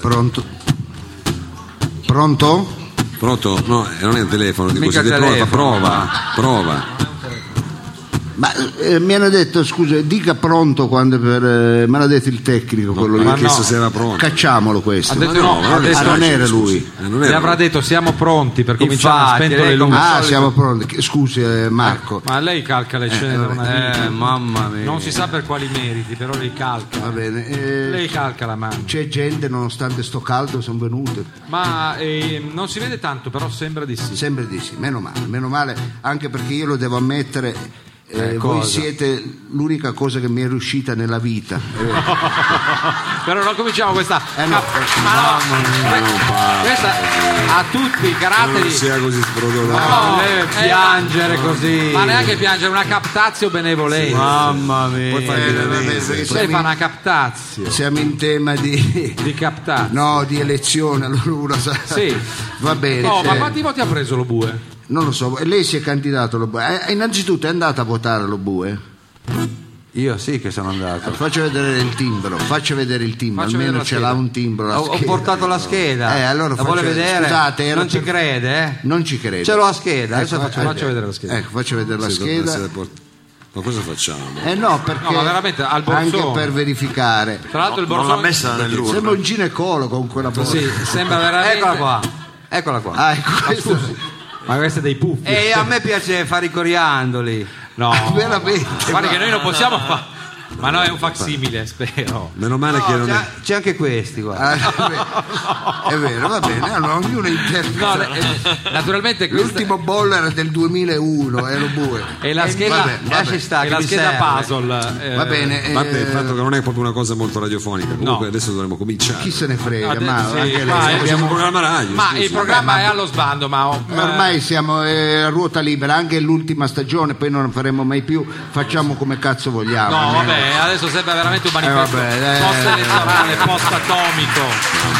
Pronto? Pronto? Pronto? No, eh, non è un telefono, dico, Mica siete pronta, telefono. prova, prova. Ma eh, mi hanno detto, scusa, dica pronto quando per... eh, mi hanno detto il tecnico, quello Ma lì. ha chiesto no. se era pronta. Cacciamolo questo. Ha detto Ma no, ma ha è detto- ah, non facile, era scusi. lui. Eh, non Le era avrà lui. detto siamo pronti per cominciamo Infatti, a spento lei le luci. come Ah, siamo pronti. Che- Scusi eh, Marco. Ma lei calca le scene da una vita. Eh, mamma mia. Non si sa per quali meriti, però lei calca. Va bene. eh, Lei calca la mano. C'è gente, nonostante sto caldo, sono venute. Ma eh, non si vede tanto, però sembra di sì. Sembra di sì, meno male, meno male, anche perché io lo devo ammettere. eh, voi cosa? siete l'unica cosa che mi è riuscita nella vita. Però non cominciamo questa. Eh, no. Ma no, questa ha tutti i Non caratteri. sia così sprodolato. No, Non eh, deve piangere così. Ma neanche piangere, una captazio benevolenza. Mamma mia. Poi fai Eh, il vabbè, perché milanese. Lei fa siamo, in, una captazio siamo in tema di, di captazio. no, di elezione, allora uno sa. Sì. Va bene. Oh, ma eh, quanti voti ha preso lo bue? Non lo so, lei si è candidato allo BUE. Eh, innanzitutto è andata a votare allo BUE? Eh, Io sì che sono andato. Faccio vedere il timbro, faccio vedere il timbro, Faccio almeno vedere la ce scheda. l'ha un timbro. la Ho, ho scheda. portato la scheda. Eh, allora la vuole faccio- vedere? scusate, era non ci per- crede, eh? Non ci credo. Ce l'ho a scheda, adesso Ecco, faccio, eh, faccio vedere. la scheda. Ecco, faccio vedere la Sì, dovrebbe scheda. essere port- Ma cosa facciamo? Eh no, perché No, ma veramente, al Borsone. anche per verificare. Tra l'altro il Non Borsone l'ha messa nell'urna. Sembra un ginecologo con quella borsa. Sì, sembra veramente Eccola qua. Eccola qua. Ah, ecco, questo- Ma questa è dei puffi. E Eh, a me piace fare i coriandoli. No. veramente. Guarda che noi non possiamo fare. Ma no, è un facsimile, spero. Meno male che No, cioè, non c'è, è. c'è anche questi, guarda. Ah, è vero. È vero, va bene, allora ognuno interpreta. No, le- eh, naturalmente questa L'ultimo Eh, bollo era del 2001, ero bue. è la va scheda, bene, va Lasci bene. stare, è che la mi scheda serve. puzzle. eh, Va bene, eh, Vabbè, il fatto che non è proprio una cosa molto radiofonica. Comunque No. adesso dovremmo cominciare. chi se ne frega, adesso- ma sì, anche lei, ma è- Facciamo abbiamo- un programma radio. Ma scusi. il programma è allo sbando, ma ho- ma- Ormai siamo eh, a ruota libera, anche l'ultima stagione, poi non la faremo mai più, facciamo come cazzo vogliamo. eh. No, almeno. vabbè, adesso sembra veramente un manifesto Ah, Eh, vabbè, eh, post elettorale, vabbè. post atomico.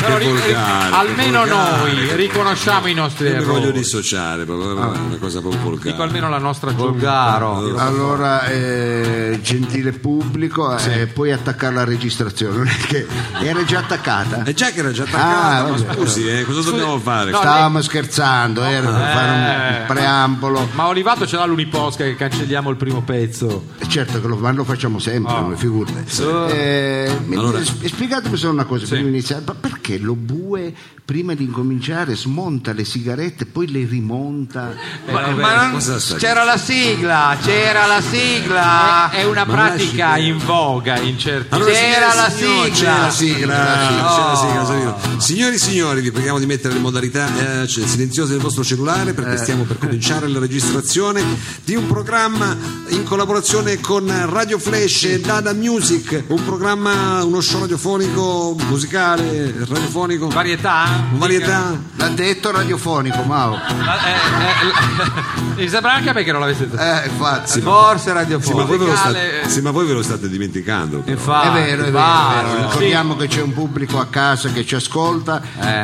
Però ri- ri- volgare, che almeno volgare. noi riconosciamo i nostri Io mi voglio errori. dissociare, proprio, è una cosa proprio volgare. Dico almeno la nostra Volgaro. giunta. Allora, eh, gentile pubblico, eh, puoi attaccare la registrazione, non è che era già attaccata. Eh, È Eh, già che era già attaccata, Ah, ma vabbè. scusi, eh, cosa dobbiamo fare? no, Stavamo scherzando, era per fare un- eh. un preambolo. Ma Olivato ce l'ha l'uniposca che cancelliamo il primo pezzo. Certo che lo, ma lo facciamo Ah. sempre, noi, figurate. Eh, mi- Allora- sp- spiegatemi solo una cosa prima di iniziare, ma perché lo bue prima di incominciare smonta le sigarette, poi le rimonta? Ma, vabbè, ma non- cosa stai- c'era la sigla, c'era la sigla. È una Ma pratica lasci- in voga in certi Allora, c'era signore e la signori, sigla. c'è la sigla, No. c'è la sigla, signorino. Signori e signori, vi preghiamo di mettere le modalità eh, c- silenziose del vostro cellulare Eh. perché stiamo per cominciare la registrazione di un programma in collaborazione con Radio Flash e Dada Music, un programma, uno show radiofonico, musicale, radiofonico, varietà. con varietà. L'ha detto radiofonico, Mao. La- eh, eh, la- Mi sembra anche a me che non l'aveste detto. Eh, infatti. Forse Sì ma, voi ve lo Musicale. state, sì, ma voi ve lo state dimenticando. Infatti, È vero, è vero, va. è vero. ricordiamo che c'è un pubblico a casa che ci ascolta,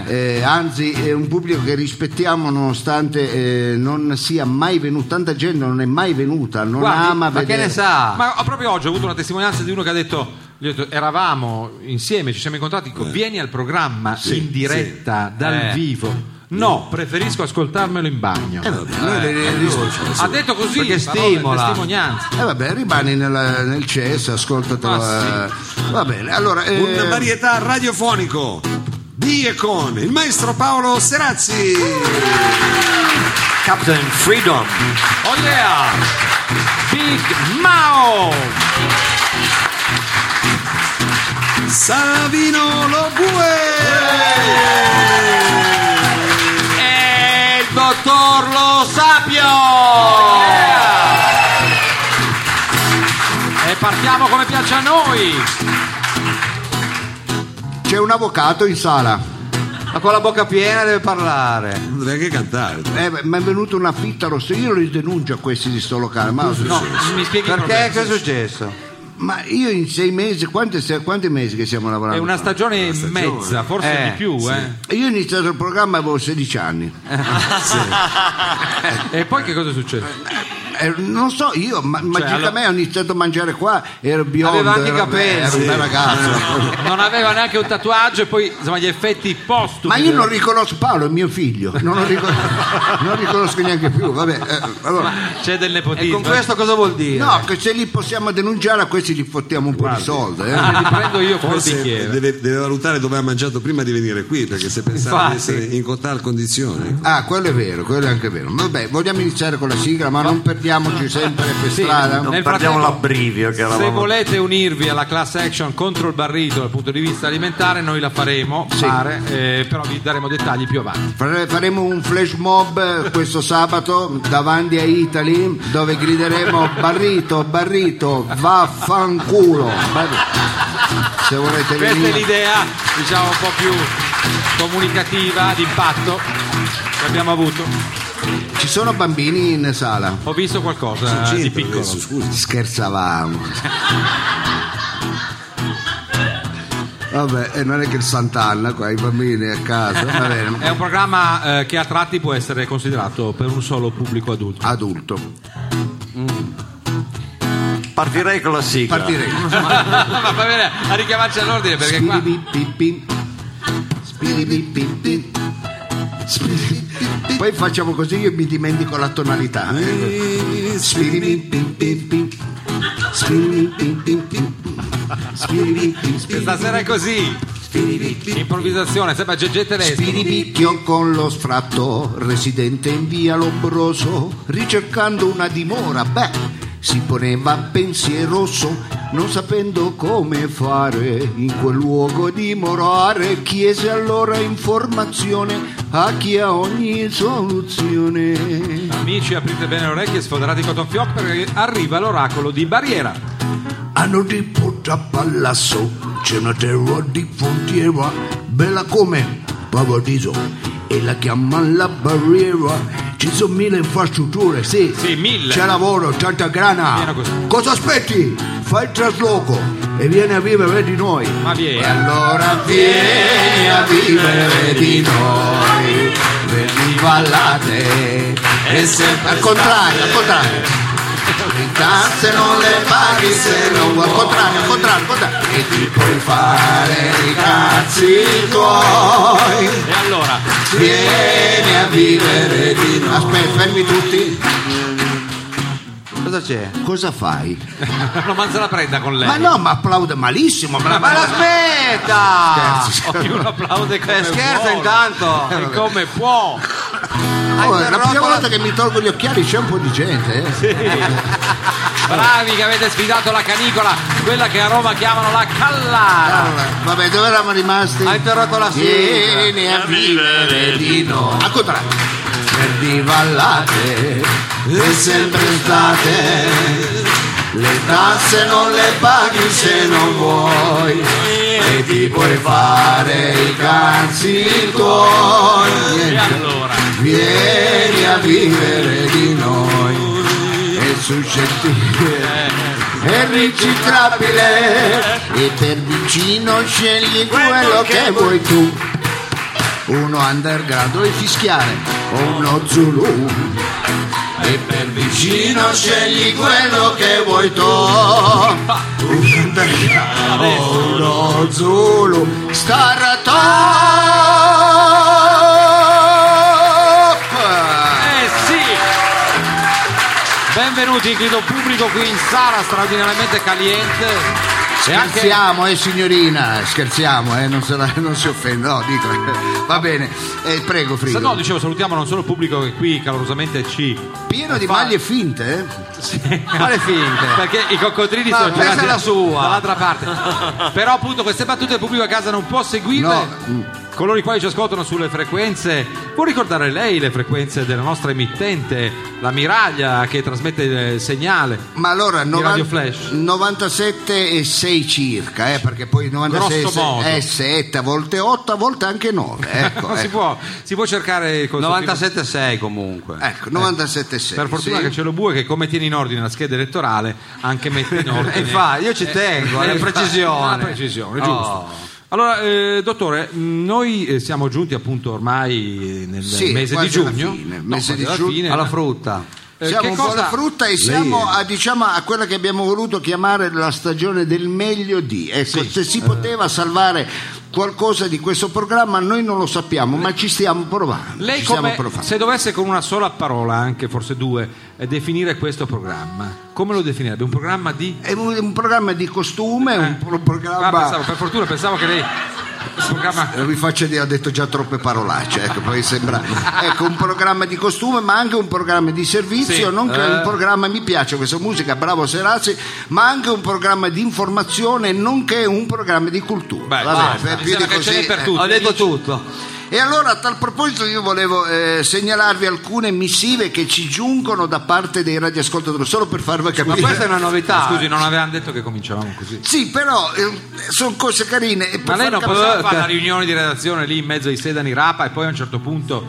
eh, anzi è un pubblico che rispettiamo nonostante eh, non sia mai venuto, tanta gente non è mai venuta, non Guardi, ama Ma che vedere. ne sa? Ma ho- proprio oggi ho avuto una testimonianza di uno che ha detto, gli ho detto, eravamo insieme, ci siamo incontrati, dico, vieni al programma in diretta dal Eh. vivo. No, preferisco ascoltarmelo in bagno. Eh, Noi le- le ris- ha detto così, cioè, Perché parole, stimola. testimonianza. Eh, vabbè, rimani nel, nel CES, ascoltatelo. Ah, eh. Va bene, allora... eh, Un varietà radiofonico di e con il maestro Paolo Serazzi. Captain Freedom. Oh yeah! Big Mao! Savino Lobue! E il dottor Lo Sapio. E partiamo come piace a noi! c'è un avvocato in sala, Ma con la bocca piena deve parlare. Non deve anche cantare. Eh, beh, mi è venuta una fitta rossa, io li denuncio a questi di sto locale, ma... No, mi spieghi il Perché? problema. Cosa è successo? Ma io in sei mesi, quanti, quanti mesi che stiamo È lavorando? una qua? stagione e mezza, forse Eh, di più, eh. Io ho iniziato il programma avevo 16 anni. E poi che cosa è successo? eh, non so, io ma, magicamente Cioè, allora- ho iniziato a mangiare qua, ero biondo, Aveva anche i ero, capelli. ero un bel ragazzo. Non aveva neanche un tatuaggio e poi insomma, gli effetti postumi. Ma io non del- riconosco Paolo, è mio figlio, non lo riconosco, non riconosco neanche più. Vabbè, eh, allora, C'è del E nepotismo. con questo cosa vuol dire? no, che se li possiamo denunciare a questi li fottiamo un po' di soldi. eh. eh. Li prendo io col Forse bicchiere. deve, deve valutare dove ha mangiato prima di venire qui, perché se pensava di Infatti. essere in cotal condizione. Ah, quello è vero, quello è anche vero. Vabbè, vogliamo iniziare con la sigla, ma non perdiamoci sempre per Sì, strada. no. No, Nel Non perdiamo frattempo, l'abbrivio che Se eravamo. volete unirvi alla class action contro il barrito dal punto di vista alimentare, noi la faremo, fare, eh, però vi daremo dettagli più avanti. fare- Faremo un flash mob eh, questo sabato davanti a Italy dove grideremo barrito, barrito, vaffanculo. Barri- Se volete Questa è venire. l'idea, diciamo, un po' più comunicativa, d'impatto che abbiamo avuto. Ci sono bambini in sala? Ho visto qualcosa Ah, di C'entra piccolo. adesso, eh, scusi. Scherzavamo. Vabbè, e non è che il Sant'Anna qua, i bambini a casa, va bene. È un programma eh, che a tratti può essere considerato per un solo pubblico adulto. Adulto. Partirei con la sigla. Partirei. Ma va bene, a richiamarci all'ordine perché qua Spiribipipim. Spiribipipim. Spiribipipim. Poi facciamo così io mi dimentico la tonalità. eh. Spiribipipim. Spiribipipim. Spiribipipim. stasera è così. Improvvisazione, sembra Gegè Tedesco. Spiribicchio con lo sfratto, residente in via Lombroso, ricercando una dimora, beh, si poneva pensieroso, non sapendo come fare in quel luogo dimorare, chiese allora informazione a chi ha ogni soluzione. Amici, aprite bene le orecchie, sfoderate i cotton fioc perché arriva l'oracolo di Barriera. Hanno di porta a palazzo, c'è una terra di frontiera, bella come paradiso, e la chiamano la barriera. Ci sono mille infrastrutture, sì. Sì, mille. C'è lavoro, tanta grana. Pieno così. Cosa aspetti? Fai il trasloco e vieni a vivere di noi. Ma eh? vieni. E allora vieni a vivere di noi, veni ballate. È sempre Al contrario, al contrario. Le tasse non le paghi se non vuoi. Al contrario, al contrario, al contrario. E ti puoi fare i cazzi tuoi. E allora, Vieni a vivere di noi. Aspetta, fermi tutti. Cosa c'è? Cosa fai? non manza la prenda con lei. Ma no, ma applaude malissimo. Ma, Ma la smetta! Ognuno applaude come Eh, scherza vuole. intanto! E come può. Oh, è la prima interrotto la- volta che mi tolgo gli occhiali c'è un po' di gente. Eh. Bravi che avete sfidato la canicola, quella che a Roma chiamano la callara. Allora, vabbè, dove eravamo rimasti? Ha interrotto la sigla. Vieni a vivere di noi. Al contrario. Per divallate è sempre state. Le tasse non le paghi se non vuoi e ti puoi fare i cazzi tuoi. E Niente. allora, Vieni a vivere di noi è suscettibile è riciclabile e per vicino scegli quello che vuoi tu uno underground e fischiare o uno zulu e per vicino scegli quello che vuoi tu un underground o uno zulu Staratop eh sì! Benvenuti, grido pubblico qui in sala straordinariamente caliente. E anche Scherziamo, eh signorina, scherziamo, eh, non, sarà- non si offenda, no, dico, eh, va bene, Eh, prego Se Frido. no, dicevo, salutiamo non solo il pubblico che qui calorosamente ci. Pieno di maglie finte, eh? Quale finte? Perché i coccodrilli sono questa girati è la sua. dall'altra parte. Però, appunto, queste battute il pubblico a casa non può seguirle. No. mm. Coloro i quali ci ascoltano sulle frequenze, può ricordare lei le frequenze della nostra emittente, la Miraglia che trasmette il segnale? Ma allora Radio 90 Flash. 97 e 6 circa, eh, perché poi 96 Grosso modo. è 7, a volte 8, a volte anche 9. Ecco, non si ecco. può, si può cercare il consultivo. 97,6 Eh, comunque. Ecco, 97 e 6. Per fortuna sì. che c'è lo bue che come tiene in ordine la scheda elettorale, anche mette in ordine. E fa, io ci tengo, alla Eh, fa- precisione. alla precisione, giusto. Oh. Allora, eh, dottore, mh, noi eh, siamo giunti appunto ormai nel Sì, mese di quasi alla giugno, fine, no, mese quasi di alla giugno. fine, Alla ma- frutta. Eh, Siamo che un po' cosa- alla frutta e siamo a, diciamo, a quella che abbiamo voluto chiamare la stagione del meglio di. Ecco, se si poteva salvare qualcosa di questo programma noi non lo sappiamo, ma ci stiamo provando. Lei ci stiamo come, provando. se dovesse con una sola parola, anche forse due, eh, definire questo programma, come lo definirebbe? Un programma di... È un, un programma di costume, un pro- Ah, pensavo, programma... per fortuna pensavo che lei... Un programma... Rifaccia di ha detto già troppe parolacce, ecco, poi sembra ecco, un programma di costume, ma anche un programma di servizio, Sì, nonché eh. un programma, mi piace questa musica, bravo Serassi, ma anche un programma di informazione, nonché un programma di cultura. Beh, Vabbè, basta, eh, mi sembra che ce n'è per eh. tutti. Ho detto tutto. E allora a tal proposito io volevo eh, segnalarvi alcune missive che ci giungono da parte dei radioascoltatori, solo per farvi Ma capire. questa è una novità. Scusi, non avevamo detto che cominciavamo così. Sì, però sono cose carine. e per Ma lei far non capire- poteva fare la riunione di redazione lì in mezzo ai sedani rapa e poi a un certo punto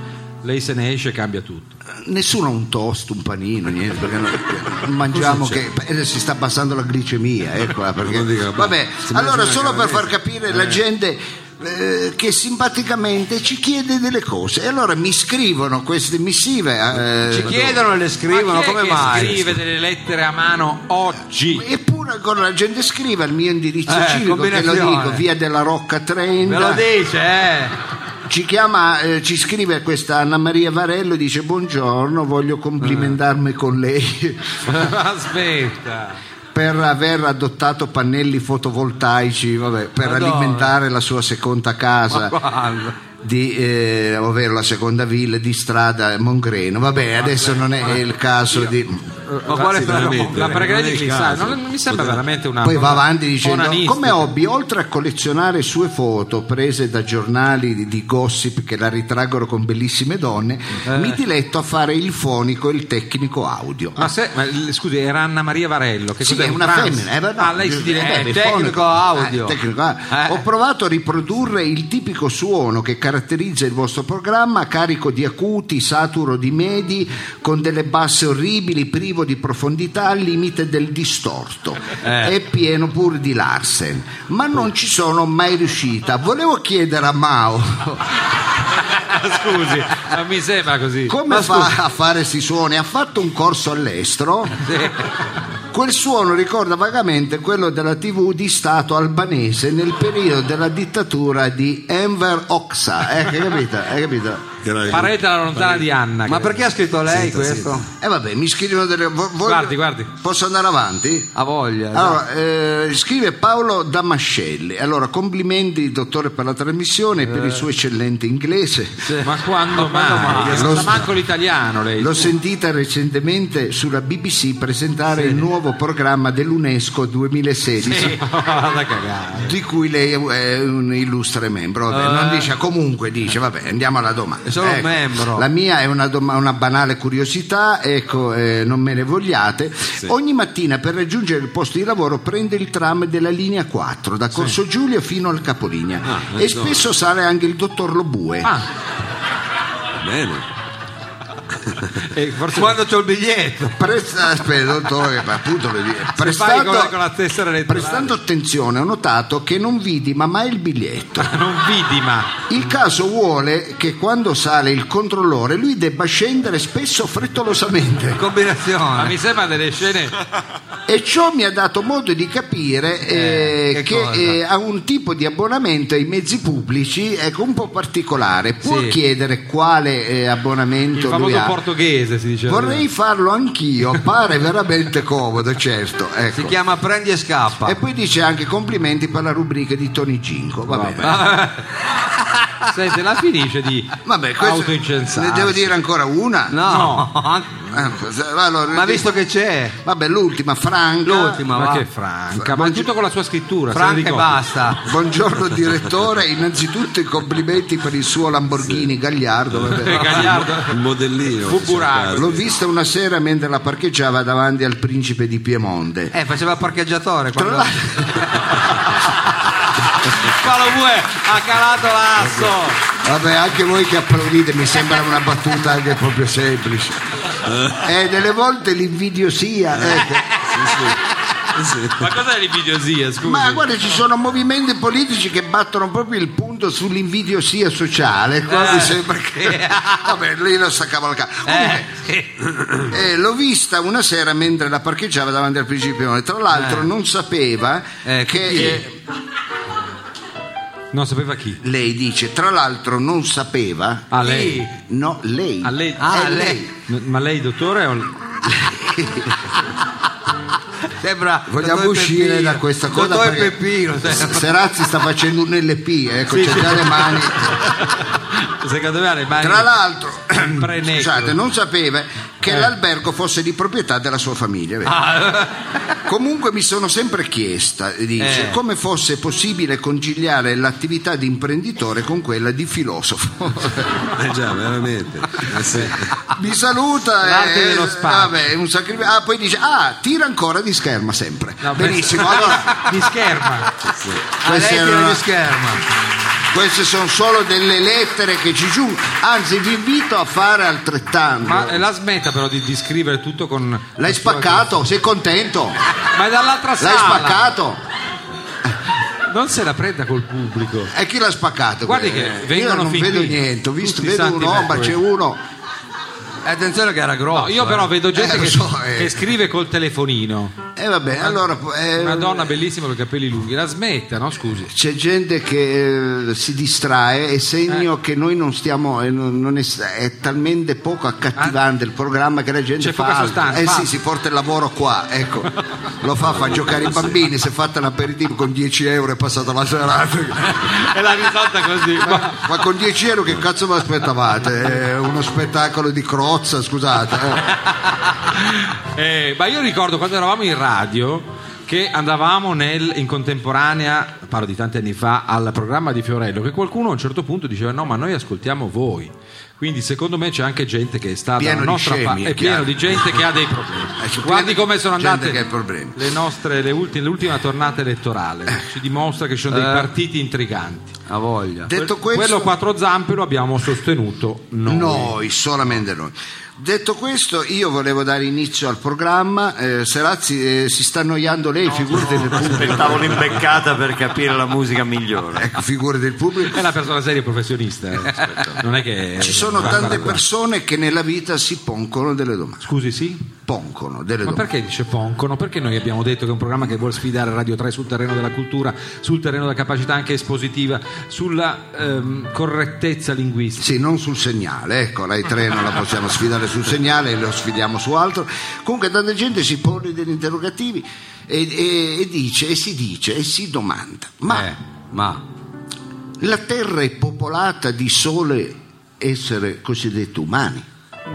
lei se ne esce e cambia tutto. Nessuno ha un toast, un panino, niente, perché non, non mangiamo che eh, si sta abbassando la glicemia, eccola, perché, Non dica, vabbè, si mangia allora una solo per far calabrese. capire la gente eh, che simpaticamente ci chiede delle cose e allora mi scrivono queste missive eh, Ci chiedono e le scrivono, Ma chi è come che mai? scrive delle lettere a mano oggi? eppure ancora la gente scrive al mio indirizzo Eh, civico ve lo combinazione. dico via della Rocca 30 Me lo dice, eh. Ci chiama, eh, ci scrive questa Anna Maria Varello e dice buongiorno, voglio complimentarmi con lei Aspetta. per aver adottato pannelli fotovoltaici vabbè, per Madonna. alimentare la sua seconda casa. di, eh, ovvero la seconda villa di strada Mongreno. Vabbè, adesso non è il caso di. Ma quale veramente. veramente? La Eh, pregherei non è di il chissà, caso. non, non mi sembra veramente una. Poi va cosa avanti dicendo onanistica. come hobby, oltre a collezionare sue foto prese da giornali di, di gossip che la ritraggono con bellissime donne, mi diletto a fare il fonico e il tecnico audio. Ma se, ma, l- scusi, era Anna Maria Varello. Che Sì, cos'è, è un una trans? femmina. eh, beh, no, ah, lei si eh, direbbe. beh, tecnico fonico- audio. eh, tecnico, ah. Eh. Ho provato a riprodurre il tipico suono che caratterizza il vostro programma, carico di acuti, saturo di medi, con delle basse orribili, privo di profondità, al limite del distorto. Eh. È pieno pur di Larsen. Ma non ci sono mai riuscita. Volevo chiedere a Mao. Scusi, non mi sembra così. Come fa a fare questi suoni? Ha fatto un corso all'estero? Quel suono ricorda vagamente quello della TV di Stato albanese nel periodo della dittatura di Enver Oxa. Eh, hai capito? Hai capito? Era- Parete alla lontana di Anna. Ma credo. perché ha scritto lei Senta, questo? E Eh, vabbè, mi scrivono delle. vo- voglio- Guardi, guardi. Posso andare avanti? Ha voglia. Allora, eh, scrive Paolo Damascelli. Allora, complimenti, dottore, per la trasmissione e Eh. per il suo eccellente inglese. Ma quando mai? Non Lo- sa manco l'italiano lei. L'ho sentita recentemente sulla BBC presentare il nuovo programma dell'UNESCO 2016 Vada a cagare. di cui lei è un illustre membro. Vabbè, non Eh. dice comunque dice, vabbè, andiamo alla domanda. Ecco, È solo un membro. La mia è una, doma- una banale curiosità, ecco, eh, non me ne vogliate. Ogni mattina per raggiungere il posto di lavoro prende il tram della linea 4 da Corso Giulio fino al Capolinea e spesso sale anche il dottor Lobue. ecco. Ah, Bene. Eh, e forse Quando c'ho il biglietto. Presta- aspetta, dottore, ma appunto, le- se fai prestando- con, con la tessera elettorale. Prestando attenzione ho notato che non vidi ma mai il biglietto. Non vidi, ma. Il caso vuole che quando sale il controllore lui debba scendere spesso frettolosamente Ma Combinazione. mi sembra delle scene. Certo, e ciò mi ha dato modo di capire eh, che cosa? che eh, ha un tipo di abbonamento ai mezzi pubblici ecco, un po' particolare. Può Sì. chiedere quale eh, Il abbonamento lui famoso ha? portoghese si diceva. Vorrei farlo anch'io, pare veramente comodo, certo. Si Ecco. chiama Prendi e scappa. E poi dice anche complimenti per la rubrica di Tony Ginco. Va bene. Senti, Ah, la finisce di Vabbè, questo- autoincensare. Ne devo dire ancora una? No. Ah, cosa- allora, Ma visto che c'è. Vabbè, l'ultima, Franca. L'ultima. Ma va. che franca, ma tutto con la sua scrittura. se lo Franca e ricordi. basta. Buongiorno direttore, innanzitutto i complimenti per il suo Lamborghini Gagliardo. vabbè. Eh, Gagliardo. Il modellino. Fu che c'era buraco. stato. L'ho vista una sera mentre la parcheggiava davanti al principe di Piemonte. Eh, faceva il parcheggiatore Tra quando l'altro- Palomue ha calato l'asso. Vabbè, anche voi che applaudite mi sembra una battuta anche proprio Eh, semplice. Eh, delle volte l'invidio sia. ecco. Ma cos'è l'invidiosia, scusa? Ma guarda, ci sono movimenti politici che battono proprio il punto sull'invidiosia sociale. Qua mi sembra che. Vabbè, lei lo sta cavalcando. Comunque, eh, l'ho vista una sera mentre la parcheggiava davanti al principione. Tra l'altro, non sapeva Eh, che. chi? eh, Non sapeva chi. lei dice, tra l'altro, non sapeva. Ah, lei. No, lei. Ah, lei. Ah, Eh, lei. No, Ma lei, dottore, o- Sembra Vogliamo Totò e uscire Peppino. da questa cosa Totò e perché- Peppino, S- sembra. Serazzi sta facendo un LP, ecco, c'è già le mani. secondo me ha le mani... Tra l'altro, Sempre negro. Eh. scusate, non sapeva che l'albergo fosse di proprietà della sua famiglia. vedi? Ah. Comunque mi sono sempre chiesta, dice, Eh. come fosse possibile conciliare l'attività di imprenditore con quella di filosofo. Eh già, veramente. Eh sì. mi saluta eh, L'arte dello spazio. vabbè, è un sacrificio. Ah, poi dice, ah, tira ancora di scherma sempre. No, beh. Benissimo, allora Mi scherma. Ah, lei queste tira erano- lo schermo. queste sono solo delle lettere che ci giù. Anzi, vi invito a fare altrettanto. Ma eh, la smetta però di, di scrivere tutto con... L'hai spaccato? Sei contento? Ma è dall'altra L'hai sala. spaccato? Non se la prenda col pubblico. E chi l'ha spaccato? Guardi che Eh, Io vengono non fin vedo qui. niente, ho visto, Tutti vedo santi un'ombra, c'è mercoledì. uno. Attenzione che era grosso. No, io però eh. vedo gente Eh, lo che, so, eh. che scrive col telefonino. E vabbè, allora eh, Una donna bellissima con i capelli lunghi. La smetta, no? Scusi. c'è gente che eh, si distrae, è segno Eh. che noi non stiamo, eh, non- non è, è talmente poco accattivante il programma che la gente Ah. C'è fa. poca altro. sostanza, Eh fa. sì, si porta il lavoro qua, ecco. Lo fa, fa giocare i bambini, si è fatta un aperitivo con 10 euro è passata la serata. E la risolta così. Ma... Ma con 10 euro che cazzo vi aspettavate? È uno spettacolo di crozza, scusate. Eh, ma io ricordo quando eravamo in radio che andavamo nel- in contemporanea, parlo di tanti anni fa, al programma di Fiorello, che qualcuno a un certo punto diceva no, ma noi ascoltiamo voi. Quindi secondo me c'è anche gente che sta Pieno dalla di nostra scemi, parte, è è pieno chiaro. di gente che ha dei problemi. Eh, c'è Guardi pieno come sono gente andate che ha problemi. le nostre, le ultime, l'ultima tornata elettorale, ci dimostra che ci sono dei Eh. partiti intriganti. Ha voglia. Detto questo, Quello quattro zampe lo abbiamo sostenuto noi. noi, solamente noi. Detto questo, io volevo dare inizio al programma. Eh, Serazzi eh, si sta annoiando lei, figurati del pubblico. Aspettavo l'imbeccata per capire la musica migliore. Ecco, figurati del pubblico. È una persona seria e professionista. eh, rispetto- Non è che Ci sono guarda tante qua. persone che nella vita si pongono delle domande. Scusi, sì? Pongono delle Ma domande. perché dice Poncono? Perché noi abbiamo detto che è un programma che vuole sfidare Radio 3 sul terreno della cultura, sul terreno della capacità anche espositiva, sulla ehm, correttezza linguistica. Sì, non sul segnale, ecco, Rai 3 non la possiamo sfidare sul segnale, lo sfidiamo su altro. Comunque tanta gente si pone degli interrogativi e, e- e dice, e si dice, e si domanda, ma Eh, ma la Terra è popolata di sole esseri cosiddetti umani?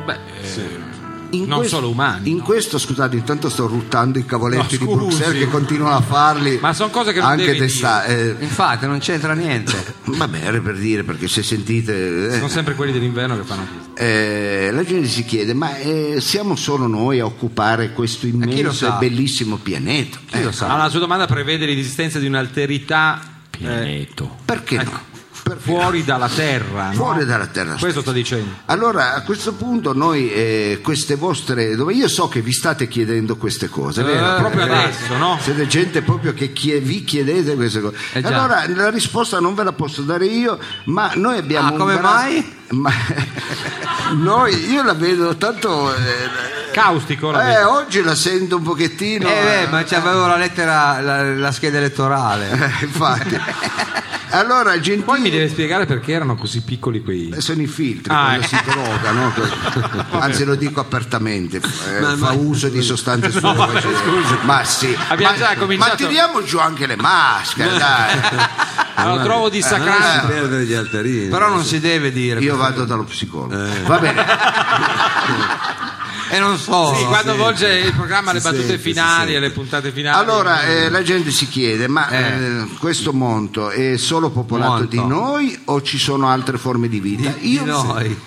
Beh, eh, In Non solo umani, In no? questo, scusate, intanto sto ruttando i cavoletti di No, scusi. Bruxelles che continuano a farli Ma son cose che non anche devi d'estate. eh, infatti non c'entra niente. vabbè, era per dire, perché se sentite... eh, sono sempre quelli dell'inverno che fanno questo. Eh, la gente si chiede, ma eh, siamo solo noi a occupare Eh, questo lo immenso e sa? bellissimo pianeta? Eh, Allora, la sua domanda prevede l'esistenza di un'alterità eh, perché no? Per- fuori dalla Terra. Ecco. no? Fuori dalla Terra. Questo sta dicendo. Allora, a questo punto noi eh, queste vostre... dove- Io so che vi state chiedendo queste cose, Ah, vero? proprio Eh, adesso, no? Siete gente proprio che chie- vi chiedete queste cose. Eh già. allora la risposta non ve la posso dare io, ma noi abbiamo... Ah, un come gran- mai? Ma- noi, io la vedo tanto... eh, Caustico la Eh, vedo. oggi la sento un pochettino. eh, eh, ma c'avevo la lettera, la, la scheda elettorale. eh, infatti. Allora, Gentili Poi mi deve spiegare perché erano così piccoli quei. sono i filtri Ah, quando eh. si droga, no? anzi lo dico apertamente, eh, fa uso di sostanze stupefacenti. Ma sì, Abbiamo ma, già cominciato- ma tiriamo giù anche le maschere, dai. Allora, eh, trovo Eh, Non si dissacrante. perdere gli altarini. Però non si deve dire. Io vado dallo psicologo. Va bene, E non eh, oh, so. Sì, quando volge il programma alle Si battute sente, si finali sente. e le puntate finali. allora eh, la gente si chiede: ma eh, questo monto è solo popolato Monto. di noi o ci sono altre forme di vita? Di- di noi.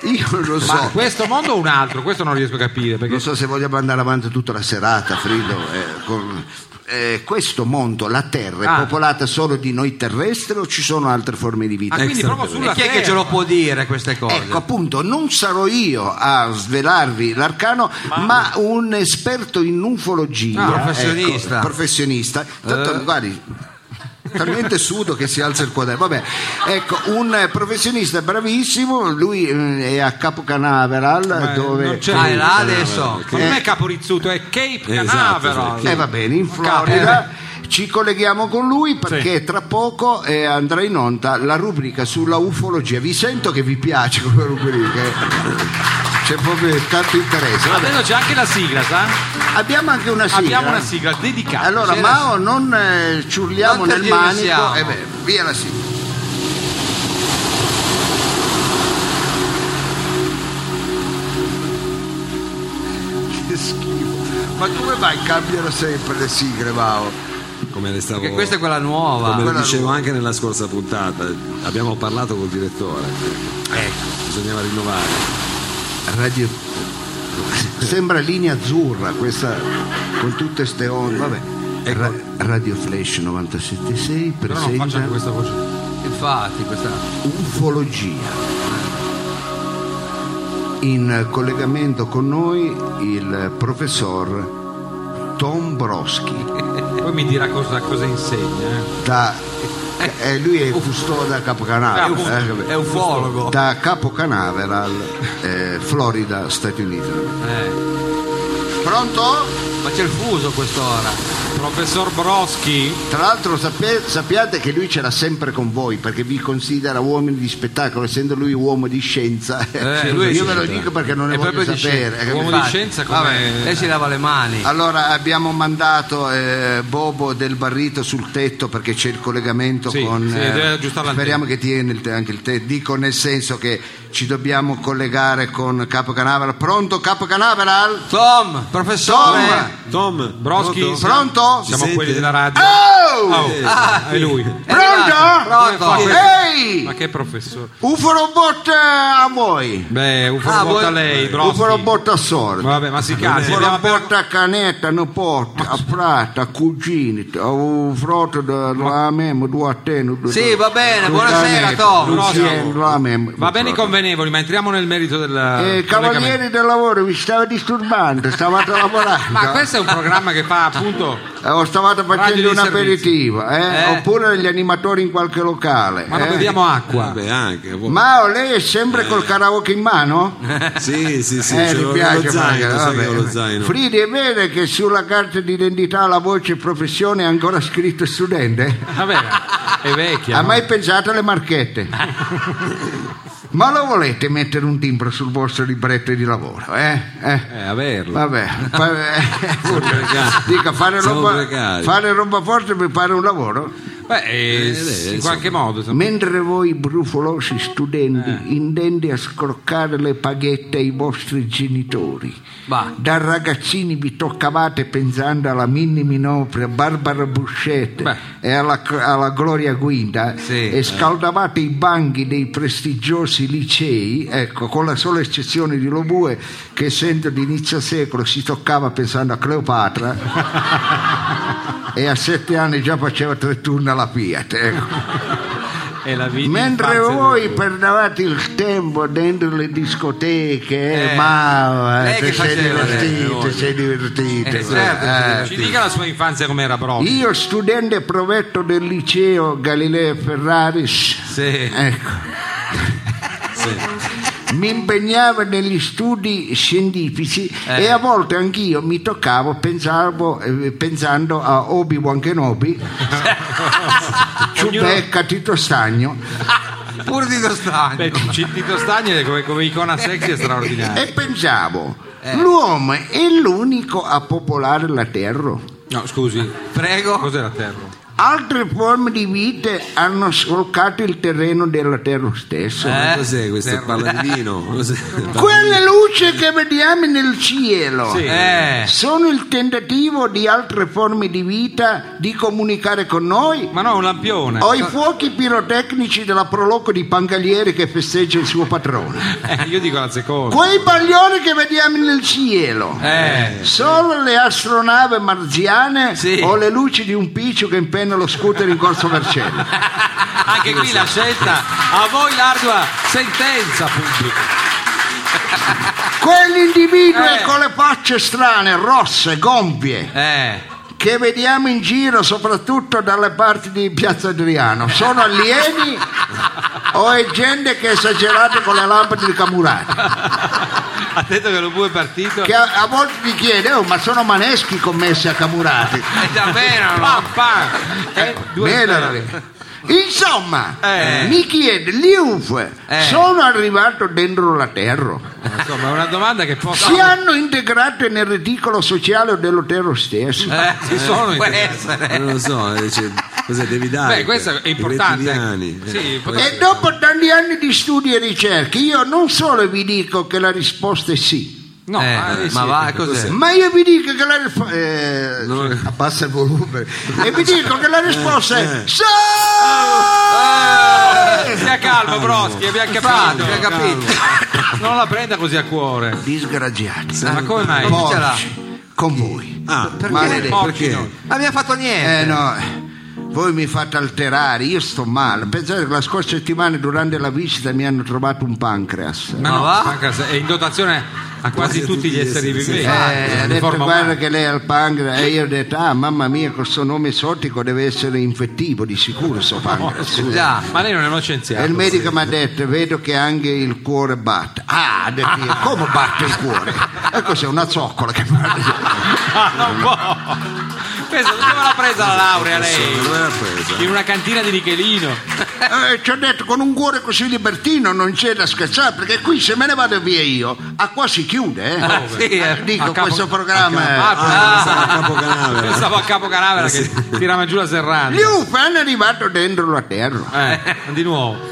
io non lo so. Ma questo mondo o un altro? Questo non riesco a capire. Perché... Non so se vogliamo andare avanti tutta la serata, Frido. eh, con- eh, questo mondo, la Terra, è Ah. popolata solo di noi terrestri o ci sono altre forme di vita? Ah, quindi proprio sulla eh, E chi è che ce lo può dire queste cose? Ecco, appunto, non sarò io a svelarvi l'arcano, ma, un esperto in ufologia. Ah, professionista. Ecco, professionista. Tanto, guardi, talmente sudo che si alza il quaderno. Vabbè, ecco, un eh, professionista bravissimo, lui eh, è a Capo Canaveral, dove... eh, non c'è- Ah, è là adesso. Ma non è caporizzuto, è Cape Canaveral. Eh, va bene, in Capo. Florida. eh. Ci colleghiamo con lui perché tra poco eh, andrà in onda la rubrica sulla ufologia. Vi sento che vi piace quella rubrica. eh. C'è proprio tanto interesse. Vabbè. Adesso c'è anche la sigla, sa? Abbiamo anche una sigla. eh. Abbiamo una sigla dedicata. Allora, Sì, Mao, non eh, ci urliamo Non nel manico. tergiversiamo. Eh beh, via la sigla. Che schifo. Ma come mai cambiano sempre le sigle, Mao? come le stavo Perché questa è quella nuova. come lo quella dicevo nuova. anche nella scorsa puntata abbiamo parlato col direttore bisognava rinnovare Radio... Sembra linea azzurra questa con tutte ste onde. Vabbè. Ra- Radio Flash 976 Però non faccio presenta anche questa voce. Infatti, questa. ufologia. In collegamento con noi il professor Tom Broschi, Poi mi dirà cosa, cosa insegna. eh. da, eh, lui è custode a Capocanavera, Eh, eh, vabbè. È ufologo. da Capocanavera, eh, Florida, Stati Uniti. Eh, Pronto? ma c'è il fuso quest'ora. Professor Broschi, Tra l'altro sappia- sappiate che lui ce l'ha sempre con voi perché vi considera uomini di spettacolo, essendo lui uomo di scienza. Eh, lui è Io ve lo scienza. dico perché non ne È voglio proprio di sapere. scienza. eh, uomo di infatti. scienza Vabbè. come... Lei si lava le mani. Allora abbiamo mandato eh, Bobo del barrito sul tetto perché c'è il collegamento Sì, con... eh, sì, deve aggiustare l'antenna. speriamo che tiene il te- anche il tetto, dico nel senso che ci dobbiamo collegare con Capo Canaveral. Pronto Capo Canaveral? Tom, professore. Tom! Tom Broschi, pronto? sì. Pronto? Siamo sente? quelli della radio. Oh! Oh, è lui. Eh! È arrivato. Pronto? Pronto? Come Ehi! Ma che professore? Uforobot a voi! Beh, un Ah, robot a voi- lei, Broschi. Uforobot a sorda! Vabbè, ma si calmi. abbiamo appena- Uforobot a canetta, nipote, a frata, a cugini, a un frotto da la memo, due a te, due a- Sì, va bene, due buonasera, canette, Tom. due Buonasera. sien, la memo, Va bene i frotto. convenevoli, ma entriamo nel merito del Eh, collegamento. cavalieri del lavoro, vi stavo disturbando, stavate lavorando. Ma questo è un programma che fa appunto. Eh, o stavate Radio facendo di un aperitivo, eh? Eh. Oppure gli animatori in qualche locale. Ma Eh. non eh? beviamo acqua. Vabbè, anche vuoi- Ma oh, lei è sempre col karaoke in mano? sì sì sì Eh, c'è mi lo, piace lo zaino Franca, sai vabbè. che ho lo zaino Fridi, è vero che sulla carta d'identità la voce professione è ancora scritto studente? Vabbè, è vecchia. Ha Eh? mai pensato alle marchette? Ma lo volete mettere un timbro sul vostro libretto di lavoro? Eh? Eh? Eh, averla. Vabbè, fa- dica fare Siamo roba, precari. fare roba forte per fare un lavoro. Beh, eh, Eh, lei, in insomma. qualche modo. insomma. Mentre voi brufolosi studenti Eh. intendete a scroccare le paghette ai vostri genitori, Va. da ragazzini vi toccavate pensando alla Minnie Minopria, Barbara Buscetta Beh. e alla, alla Gloria Guida Sì, eh. e scaldavate i banchi dei prestigiosi licei, ecco, con la sola eccezione di Lobue che essendo di inizio secolo si toccava pensando a Cleopatra e a sette anni già faceva tre turni alla Fiat. ecco. È la vita Mentre infanzia voi del- perdavate il tempo dentro le discoteche, eh, Eh, ma eh, lei te che sei faceva, eh, divertito, voi. sei divertito. Eh, certo, eh. Ci dica la sua infanzia com'era proprio. Io studente provetto del liceo Galileo Ferraris, Sì. ecco, mi impegnavo negli studi scientifici Eh. e a volte anch'io mi toccavo pensavo, eh, pensando a Obi-Wan Kenobi, Ciubecca, Tito Stagno. Pur di Eh, Beh, Dostagno. Cintito Stagni è come, come icona sexy è straordinaria. E pensavo, Eh. l'uomo è l'unico a popolare la terra. No, scusi, Prego. cos'era Terro? Altre forme di vite hanno solcato il terreno della terra stessa. Ma Eh? Cos'è questa parla di vino? Cos'è? Quelle luci che vediamo nel cielo Sì. Eh, sono il tentativo di altre forme di vita di comunicare con noi Ma no, un lampione. o i fuochi pirotecnici della Proloco di Pangalieri che festeggia il suo patrono. Eh, io dico la seconda. Quei baglioni che vediamo nel cielo. eh. Solo le astronave marziane Sì. o le luci di un piccio che impenna lo scooter in corso Vercelli. Anche qui la scelta, a voi l'ardua sentenza pubblica. Quell'individuo Eh. con le facce strane, rosse, gonfie, Eh, che vediamo in giro soprattutto dalle parti di Piazza Adriano, sono alieni o è gente che è esagerata con le lampade di Camurati? Attento che lo bue è partito. Che a, a volte ti chiede, "Oh, ma sono maneschi commessi a Camurati? è davvero, no? Pam, pam. Eh, due Menare. stelle. Insomma, Eh. mi chiede, gli UFO Eh. sono arrivato dentro la Terra? Ma Insomma, è una domanda che posso... Si hanno integrate nel reticolo sociale dello Terra stesso? Eh, Ci sono può integrati. essere. Non lo so, eh, cioè, cos'è? Devi dare. Beh, questo è i Eh, importante. rettiliani. Sì, potrebbe- E dopo tanti anni di studi e ricerche, io non solo vi dico che la risposta è sì, No, Eh, ah, eh, ma sì. va, cos'è? ma io vi dico che la risposta. Abbassa il volume. e vi dico che la risposta Eh, è sì! Eh, Stia calmo, Broschi, abbiamo Infatti, capito. abbiamo capito. Non la prenda così a cuore. Disgraziati. Ma come mai? Porca. ce l'ha? Porci con voi. Ah, Maledetti. perché? perché? Ma mi ha fatto niente. Eh no, voi mi fate alterare, io sto male. Pensate che la scorsa settimana durante la visita mi hanno trovato un pancreas. Ma Ma no, va? Pancras è in dotazione a quasi tutti gli esseri viventi. Eh, ha di detto forma guarda umana. che lei è al pancreas e io ho detto ah mamma mia questo nome esotico deve essere infettivo di sicuro sto pancreas scusa. Già. Ma lei non è uno e scienziato. il medico mi ha detto vedo che anche il cuore batte ah ho detto io, come batte il cuore e cos'è una zoccola che batte Ah, non può. Questa dove l'ha presa la laurea Insomma, lei? dove l'ha presa? In una cantina di Michelino. Eh, ci ho detto con un cuore così libertino non c'è da scherzare perché qui se me ne vado via io a qua si chiude eh. Ah, sì, eh. dico A capo- questo programma è- Ah, Ah, a Capo Canavera. Pensavo a Capo Eh, Canavera che tirava giù la Serrana. gli UFO hanno arrivato dentro la terra Eh, di nuovo.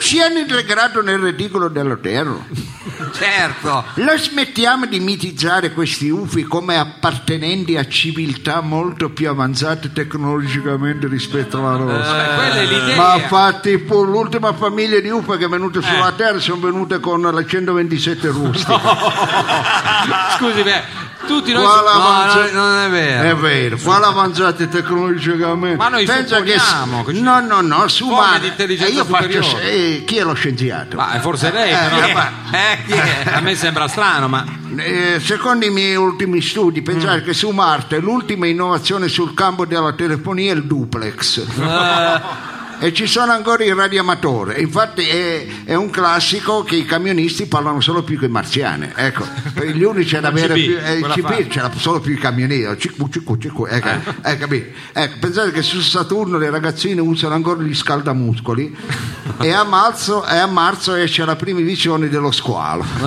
si hanno integrato nel reticolo della terra Certo. La smettiamo di mitizzare questi UFI come appartenenti a civiltà molto più avanzate tecnologicamente rispetto alla nostra. Vabbè, Eh, quella è l'idea. Ma infatti fu l'ultima famiglia di UFO che è venuta Eh. sulla Terra sono venute con la 127 rustica. Scusi, beh, tutti noi Qua No, l'avanzata- non- non è vero. È vero, qua l'avanzate tecnologicamente. Ma noi Pensa che supponiamo che ci- No, no, no, su Forme umana. di intelligenza E io faccio superiore. eh, chi è lo scienziato? Ma è forse lei, Eh, però. vabbè. Eh, chi è? A me sembra strano, ma Eh, secondo i miei ultimi studi, Mm. pensare che su Marte l'ultima innovazione sul campo della telefonia è il duplex. Eh. E ci sono ancora i radioamatori. Infatti è, è un classico che i camionisti parlano solo più che i marziani. Ecco, gli unici ad Il avere CB, più eh, il quella fa. CB ce l'ha solo più i camionisti. Cicu, cicu, cicu. Ecco, eh, capito? Ecco, pensate che su Saturno le ragazzine usano ancora gli scaldamuscoli e a marzo, e a marzo esce la prima edizione dello squalo. Eh.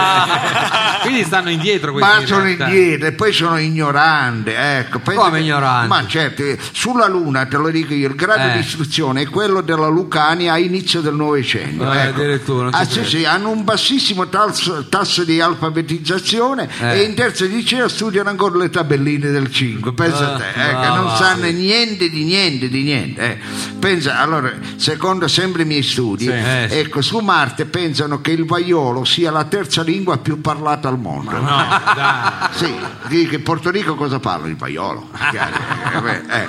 quindi stanno indietro questi. Ma in sono realtà. indietro e poi sono ignorante, ecco. penso Come che- ignoranti? Ma certo, eh, sulla Luna, te lo dico io, il grado Eh. di istruzione è quello della Lucania a inizio del Novecento. Eh, ecco. addirittura, non ci Ah, sì, credo. sì, hanno un bassissimo tasso, tasso di alfabetizzazione Eh. e in terza liceo studiano ancora le tabelline del 5. Pensa Ah, a te, ecco, brava, non sì. sanno niente di niente, di niente. eh. Pensa, allora, secondo sempre i miei studi, Sì. Eh, sì. ecco, su Marte pensano che il vaiolo sia la terza lingua più parlata al mondo. No, dai. Sì, di- che in Porto Rico cosa parla? Il paiolo. chiaro, eh, eh.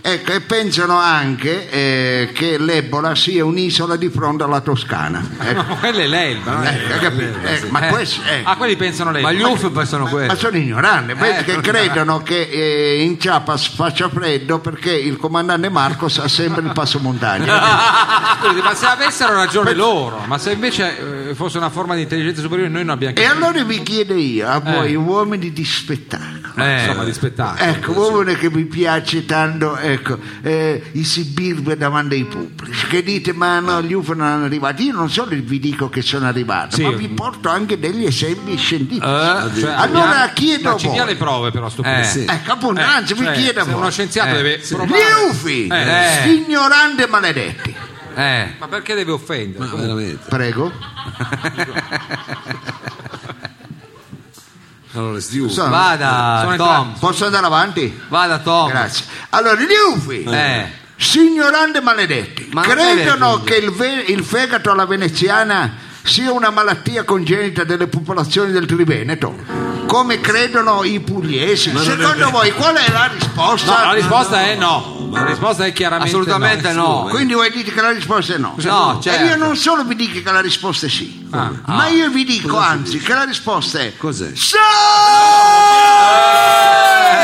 Ecco, e pensano anche eh, che l'Ebola sia un'isola di fronte alla Toscana. Ecco, No, quella è l'elba. no? eh, hai capito? Eh, ma questo è... Ah, quelli pensano lei. Ma gli UFO poi sono Ma quelli. sono ignoranti, vedi Eh, che sono credono che eh, in Chiapas faccia freddo perché il comandante Marcos ha sempre il passo montagna. Scusi, ma se avessero ragione loro, ma se invece eh, fosse una forma di intelligenza superiore, noi non abbiamo E capito. allora vi chiedo io, a voi Eh. uomini di spettacolo, Eh, Insomma, di spettacolo. Ecco, uomini che vi piace tanto eh, ecco, eh, esibirvi davanti ai pubblici. Che dite, ma no, gli UFO non sono arrivati. Io non solo vi dico che sono arrivati, Sì. ma vi porto anche degli esempi scientifici. Eh, cioè, allora abbiamo- chiedo a Dai, ci dia voi. le prove però a sto punto. Eh, sì. Ecco, appunto, Eh, anzi, cioè, vi chiedo a se uno voi. Eh, scienziato deve provare. Gli UFI, Eh, eh. ignoranti e maledetti. Eh, Ma perché deve offendere? Ma veramente. Prego. Allora, Stiu, Sono- vada Sono Tom, entrati. Posso andare avanti? vada Tom. Grazie. Allora, gli UFI, Eh. signoranti e maledetti, Ma non credono è vero. che il, ve- il fegato alla veneziana sia una malattia congenita delle popolazioni del Triveneto, come credono i pugliesi. non è Secondo vero. voi qual è la risposta? No, la risposta è no. La risposta è chiaramente Assolutamente no. Quindi voi dite che la risposta è no. No, E io certo. non solo vi dico che la risposta è sì, ma io vi dico anzi che la risposta è Cos'è? Sì!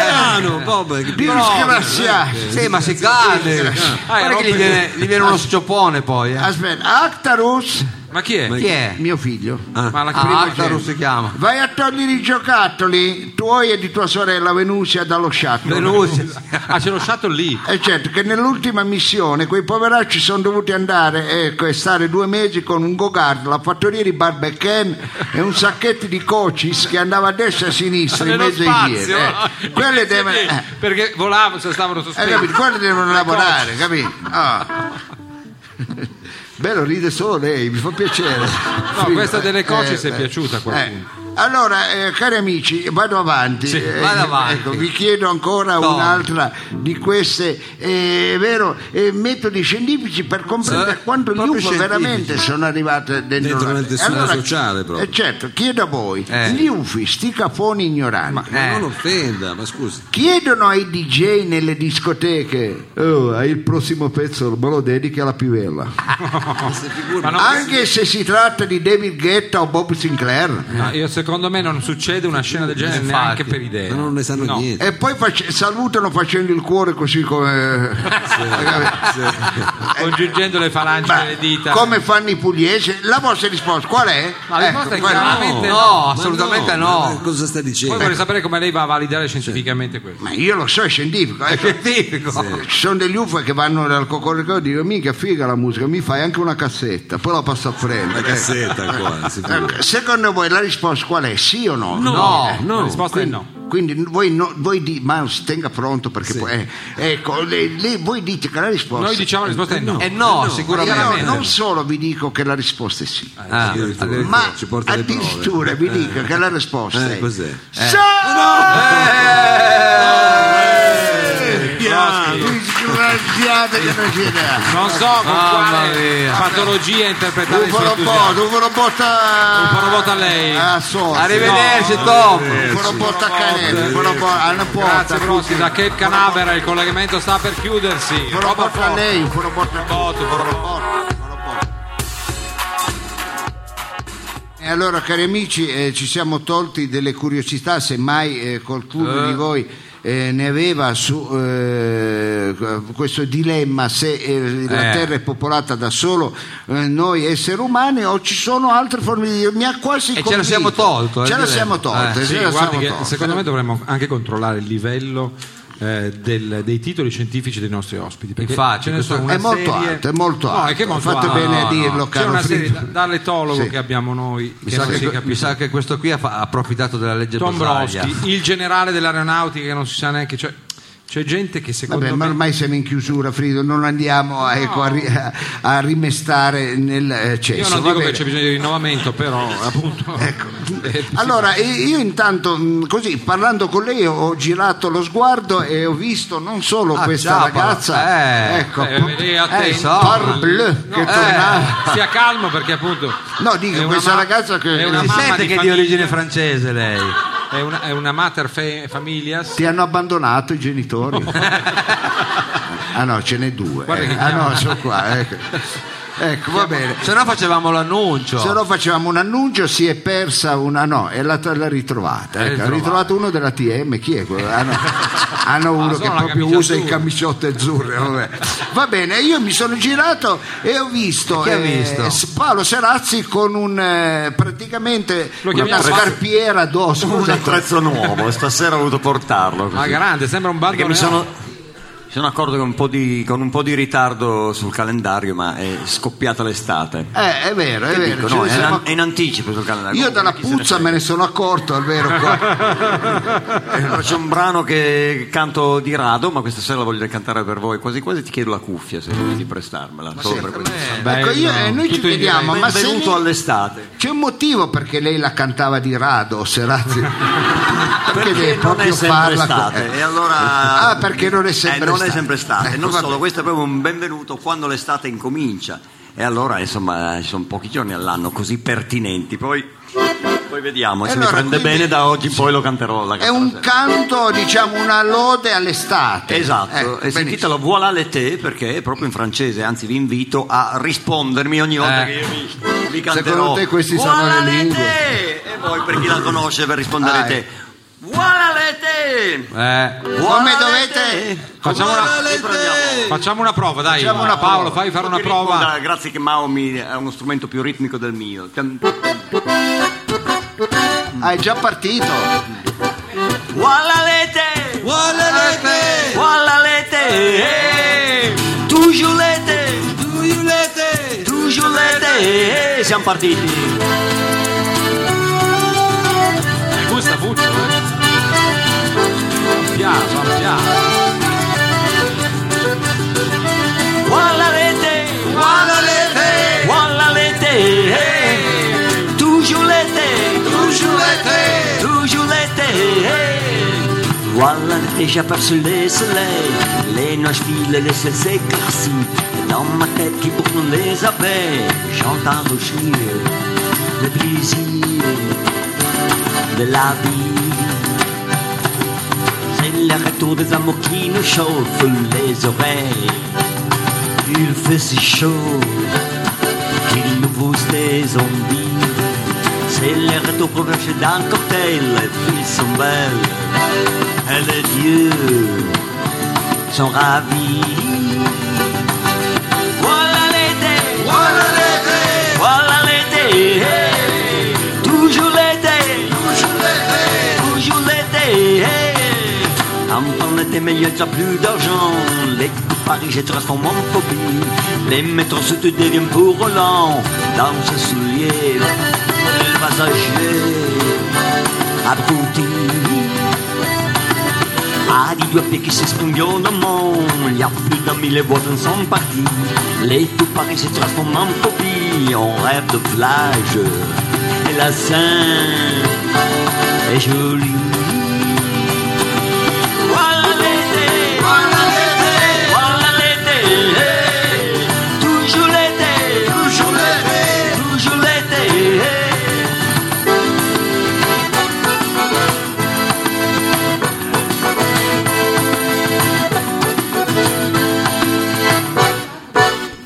Milano, Ah, Bob, che Disgraziati. Sì, ma si cade. Guarda che gli viene, gli viene uno sciopone poi. Ah, Eh. Aspetta, Actarus, Ma chi è? Chi è? mio figlio, Ma la Eh. Ah, crema Actarus si chiama. vai a togliere i giocattoli tuoi e di tua sorella Venusia dallo sciattolo. Venusi. Ah, c'è lo shuttle lì. E certo che nell'ultima missione quei poveracci sono dovuti andare ecco, e stare due mesi con un gogard, la fattoria di Barbecan e un sacchetto di cocis che andava a destra e a sinistra in Nello mezzo ai piedi. spazio. eh. Quelle devono, Sì, eh, Perché volavano, se stavano eh, sospesi. capito? Quelle devono lavorare, capito? Ah. Bello, ride solo lei, mi fa piacere. No, questa delle cocis è beh. piaciuta a qualcuno. Allora, eh, cari amici, vado avanti. Sì, Eh, vado avanti. ecco, vi chiedo ancora Tom. un'altra di queste eh, è vero, eh, metodi scientifici per comprendere Sì, Eh? quanto gli proprio UFO scientifici. veramente sono arrivate dentro, Dentro la la tessuta Allora, sociale, proprio. eh, certo, chiedo a voi, Eh. gli UFI, sti cafoni ignoranti, Ma Eh. non offenda, ma scusi. chiedono ai DJ nelle discoteche, "Oh, il prossimo pezzo me lo dedichi alla pivella. Ma no, Anche se si tratta di David Guetta o Bob Sinclair. no, io secondo me non succede una scena del genere Infatti. neanche per idea. Ma non ne sanno Eh, No. niente. E poi face- salutano facendo il cuore così come... Congiungendo le falangi Ma delle dita. come fanno i pugliesi? La vostra risposta qual è? Ecco, Ma la risposta è quella- chiaramente- No, no, ma assolutamente no. ma Cosa sta Poi dicendo? vorrei sapere come lei va a validare scientificamente questo. Ma io lo so, è scientifico. Ecco. eh. Scientifico. Ci sono degli UFO che vanno dal cocorico e dicono mica figa la musica, mi fai anche una cassetta, poi la passo a prendere. La cassetta ancora, sicuro. Ecco, Secondo voi la risposta qual è? Sì o Eh, no? No, La risposta è no. Quindi voi, no, voi di, ma tenga pronto perché poi, eh, ecco, lei- lei- voi dite che la risposta Noi diciamo la risposta è no. E Eh, no, Io sicuramente. non solo vi dico che la risposta è sì, Ah, Addirittura, ma Eh, ci porta le prove. addirittura vi dico che la risposta Eh, è cos'è? Sì! Eh, Piano. Disgraziate che non siete Non so con Mamma quale mia. patologia interpretare il suo Ufolo entusiasmo. bot, ufolo bot a- Ufolo bot a lei. Ah, so. Arrivederci Tom. Ufolo bot a Canelli, ufolo bot a Napota, Grazie tutti. Brossi, da Cape Canaveral il collegamento sta per chiudersi. Ufolo bot a forte. lei, ufolo bot a Bot, ufolo bot. Ufolo bot. E allora, cari amici, eh, ci siamo tolti delle curiosità, semmai eh, qualcuno di voi eh, ne aveva su eh, questo dilemma se eh, la Eh. Terra è popolata da solo eh, noi esseri umani o ci sono altre forme di... Mi ha quasi E ce la convinto. siamo tolto, eh, Ce la direi. siamo tolte, ce Eh, Sì, la guardi siamo che tolte. secondo me dovremmo anche controllare il livello eh, del- dei titoli scientifici dei nostri ospiti. Perché Infatti, ce ne questo sono una è molto serie- alto, è molto No, alto. è che è molto Fate alto. bene a No, dirlo, no. C'è caro una serie Frido. da- dall'etologo Sì. che abbiamo noi Mi che sa, non si che, mi capisce. sa che questo qui ha, fa- ha approfittato della legge Tom Basaglia. Broschi, il generale dell'aeronautica che non si sa neanche, cioè, c'è gente che secondo Vabbè, ma me ormai siamo in chiusura, Frido, non andiamo ecco, a, ri- a- a rimestare nel eh, cesso. io non va dico che bene. Ecco. c'è bisogno di rinnovamento, però appunto Eh, Allora, eh, io intanto, mh, così parlando con lei, ho girato lo sguardo e ho visto non solo Ah, questa ciao, ragazza, eh, ecco, eh, lei è attento. so. parbleu, No, che eh, tornava. stia calmo perché appunto No, dico, è una questa ragazza che- è una Si mamma sente di che è di famiglia, origine francese lei. è una, è una mater fe- familias Ti hanno abbandonato i genitori. ah no, ce n'è due. Guarda eh. che Ah no, sono qua, ecco. Ecco, va bene. Se no facevamo l'annuncio. Se no facevamo un annuncio, si è persa una. No, e l'ha, l'ha ritrovata. ecco. Ha ritrovata. ritrovato uno della TM, chi è quello? Hanno, hanno uno sono che la proprio camicia usa i azzurra. camiciotte azzurre. vabbè. Va bene, io mi sono girato e ho visto, eh, Chi ha visto? S- Paolo Serazzi con un eh, praticamente Lo una chiamiamo- scarpiera d'osso. Un Scusa, attrezzo nuovo, stasera ho dovuto portarlo. così. ma grande sembra un Perché mi bandone sono, Sono d'accordo con un, po di, con un po' di ritardo sul calendario, ma è scoppiata l'estate. Eh, è vero, è Che dico, vero. ce no, ne è, siamo in- è in anticipo sul calendario. Io dalla Chi se ne puzza me ne sono accorto, al vero qua. frega? C'è un brano che canto di rado, ma questa sera la voglio cantare per voi. Quasi quasi ti chiedo la cuffia se vuoi di prestarmela. solo per questo. Ecco, io- eh, noi ci chiediamo, ma se Benvenuto lei- all'estate. C'è un motivo perché lei la cantava di rado, Serazzi. perché deve non è proprio sempre farla. co- estate eh. e allora Ah, perché non è sempre Eh, non è estate. sempre estate Ecco, non va solo bene. questo è proprio un benvenuto quando l'estate incomincia e allora insomma ci sono pochi giorni all'anno così pertinenti poi, poi vediamo E se allora, mi prende quindi- bene da oggi in poi lo canterò la È un canterò canto, diciamo, una lode all'estate. sempre. Esatto, Eh, e si benissimo. intitola Voilà l'été perché è proprio in francese, anzi vi invito a rispondermi ogni volta Eh. che io vi, vi canterò. Secondo te questi sono voilà le lingue? l'été! E voi per chi la conosce per rispondere Ah, a te. Voilà l'été! Eh, Come Buona dovete- lete! Facciamo Buona una- lete! facciamo una prova, dai. Facciamo una Paolo, prova. fai fare una Tutti prova. risponda, grazie che Mao mi è uno strumento più ritmico del mio. Tem- Ah, è già partito. Voilà lete! Vuole lete, Voilà lete! Toujours lete! vuole lete. Toujours lete! Siamo partiti! Mi gusta Puccio, eh. Piano, piano, piano. Voilà lete! Voilà lete! Voilà lete! Toujours lete! Toujours l'été Voilà, déjà perçu le soleil Les nuages filent, le ciel s'éclaircit Dans ma tête qui bourdonne les abeilles J'entends rougir le plaisir de la vie C'est le retour des amours qui nous chauffent les oreilles Il fait si chaud qu'il nous pousse des zombies c'est le retour proche d'un cocktail, les filles sont belles et les dieux sont ravis. Voilà l'été, voilà l'été, voilà l'été, hey. toujours l'été, toujours l'été, toujours l'été. hey. Avant l'été, mais il n'y a plus d'argent. Les coups Paris, j'ai transformé en phobie. Les métros se te deviennent pour Roland. Dans ses souliers, le passager abruti. Ah, di due piedi che si spugnono mon Gli più da mille voisins sono partiti Les tout Paris si trasforme en phobie On rêve de plage Et la Seine est jolie Voilà l'été Voilà l'été Voilà l'été hey. Toujours l'été Toujours l'été Toujours l'été hey.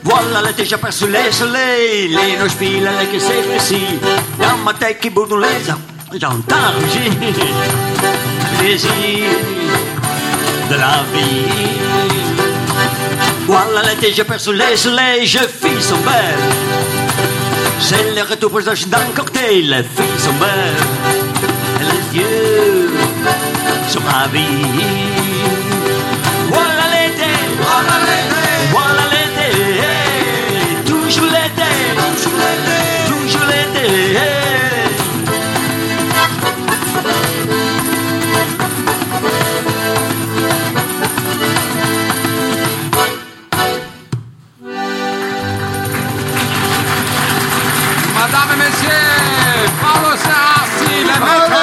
Voilà l'été, j'ai perçu le soleil, les nuages filent avec ses récits. Dans ma tête qui bourdonne les arbres, j'entends rugir. le Plaisir de la vie. Voilà l'été, j'ai perçu le soleil, je fille son belle. C'est le retour pour d'un cocktail, les filles sont belles. Et les yeux sont ravis. Voilà l'été, voilà l'été, voilà l'été, hey, toujours l'été, toujours l'été, toujours l'été. hey. Madame, Messieurs, Paolo Sarassi, le maître.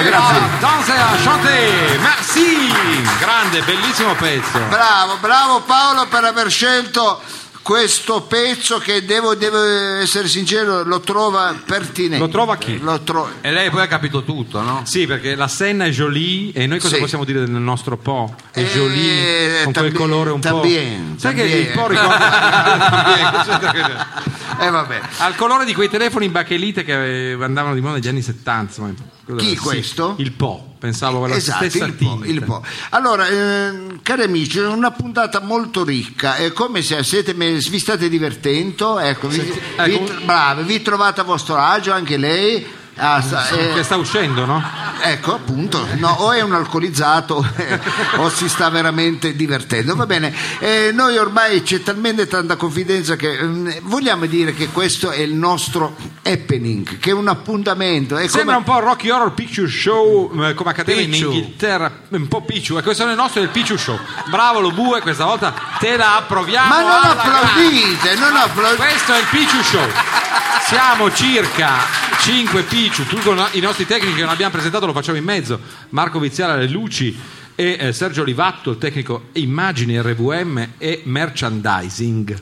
Eh, grazie. Danse a chanter. Merci. Grande, bellissimo pezzo. Bravo, bravo Paolo per aver scelto questo pezzo che devo, devo essere sincero lo trova pertinente. Lo trova chi? Lo tro- E lei poi ha capito tutto, no? Sì, perché la Senna è jolie e noi cosa Sì. possiamo dire del nostro Po? È Eh, jolie con quel tambi- colore un tambien, po'. Sai che tambien. il Po ricorda Tambien, cosa c'entra che- Eh, vabbè. Al colore di quei telefoni in bachelite che eh, andavano di moda negli anni 70. insomma, cosa- Chi sì, questo? Il Po, pensavo alla Esatto, stessa il po', tinta. il po'. Allora, ehm, cari amici, è una puntata molto ricca, è come se siete, me- vi state divertendo, ecco, vi, vi- ecco. bravi, vi trovate a vostro agio, anche lei. ah, sa- eh, Che sta uscendo, no? ecco appunto, no, o è un alcolizzato eh, o si sta veramente divertendo. Va bene, Eh, noi ormai c'è talmente tanta confidenza che ehm, vogliamo dire che questo è il nostro happening, che è un appuntamento. È Sembra come- un po' il Rocky Horror Picture Show eh, come accadeva in Picchu. Inghilterra, un po' picciu. E questo è il nostro del Picchu Show. Bravo lo bue, questa volta te la approviamo. Ma non alla applaudite, non grande. applaudite. Questo è il Picchu Show. Siamo circa 5 Picciu, più con i nostri tecnici che non abbiamo presentato, lo facciamo in mezzo. Marco Viziale alle luci e eh, Sergio Olivatto, il tecnico immagini RVM e merchandising.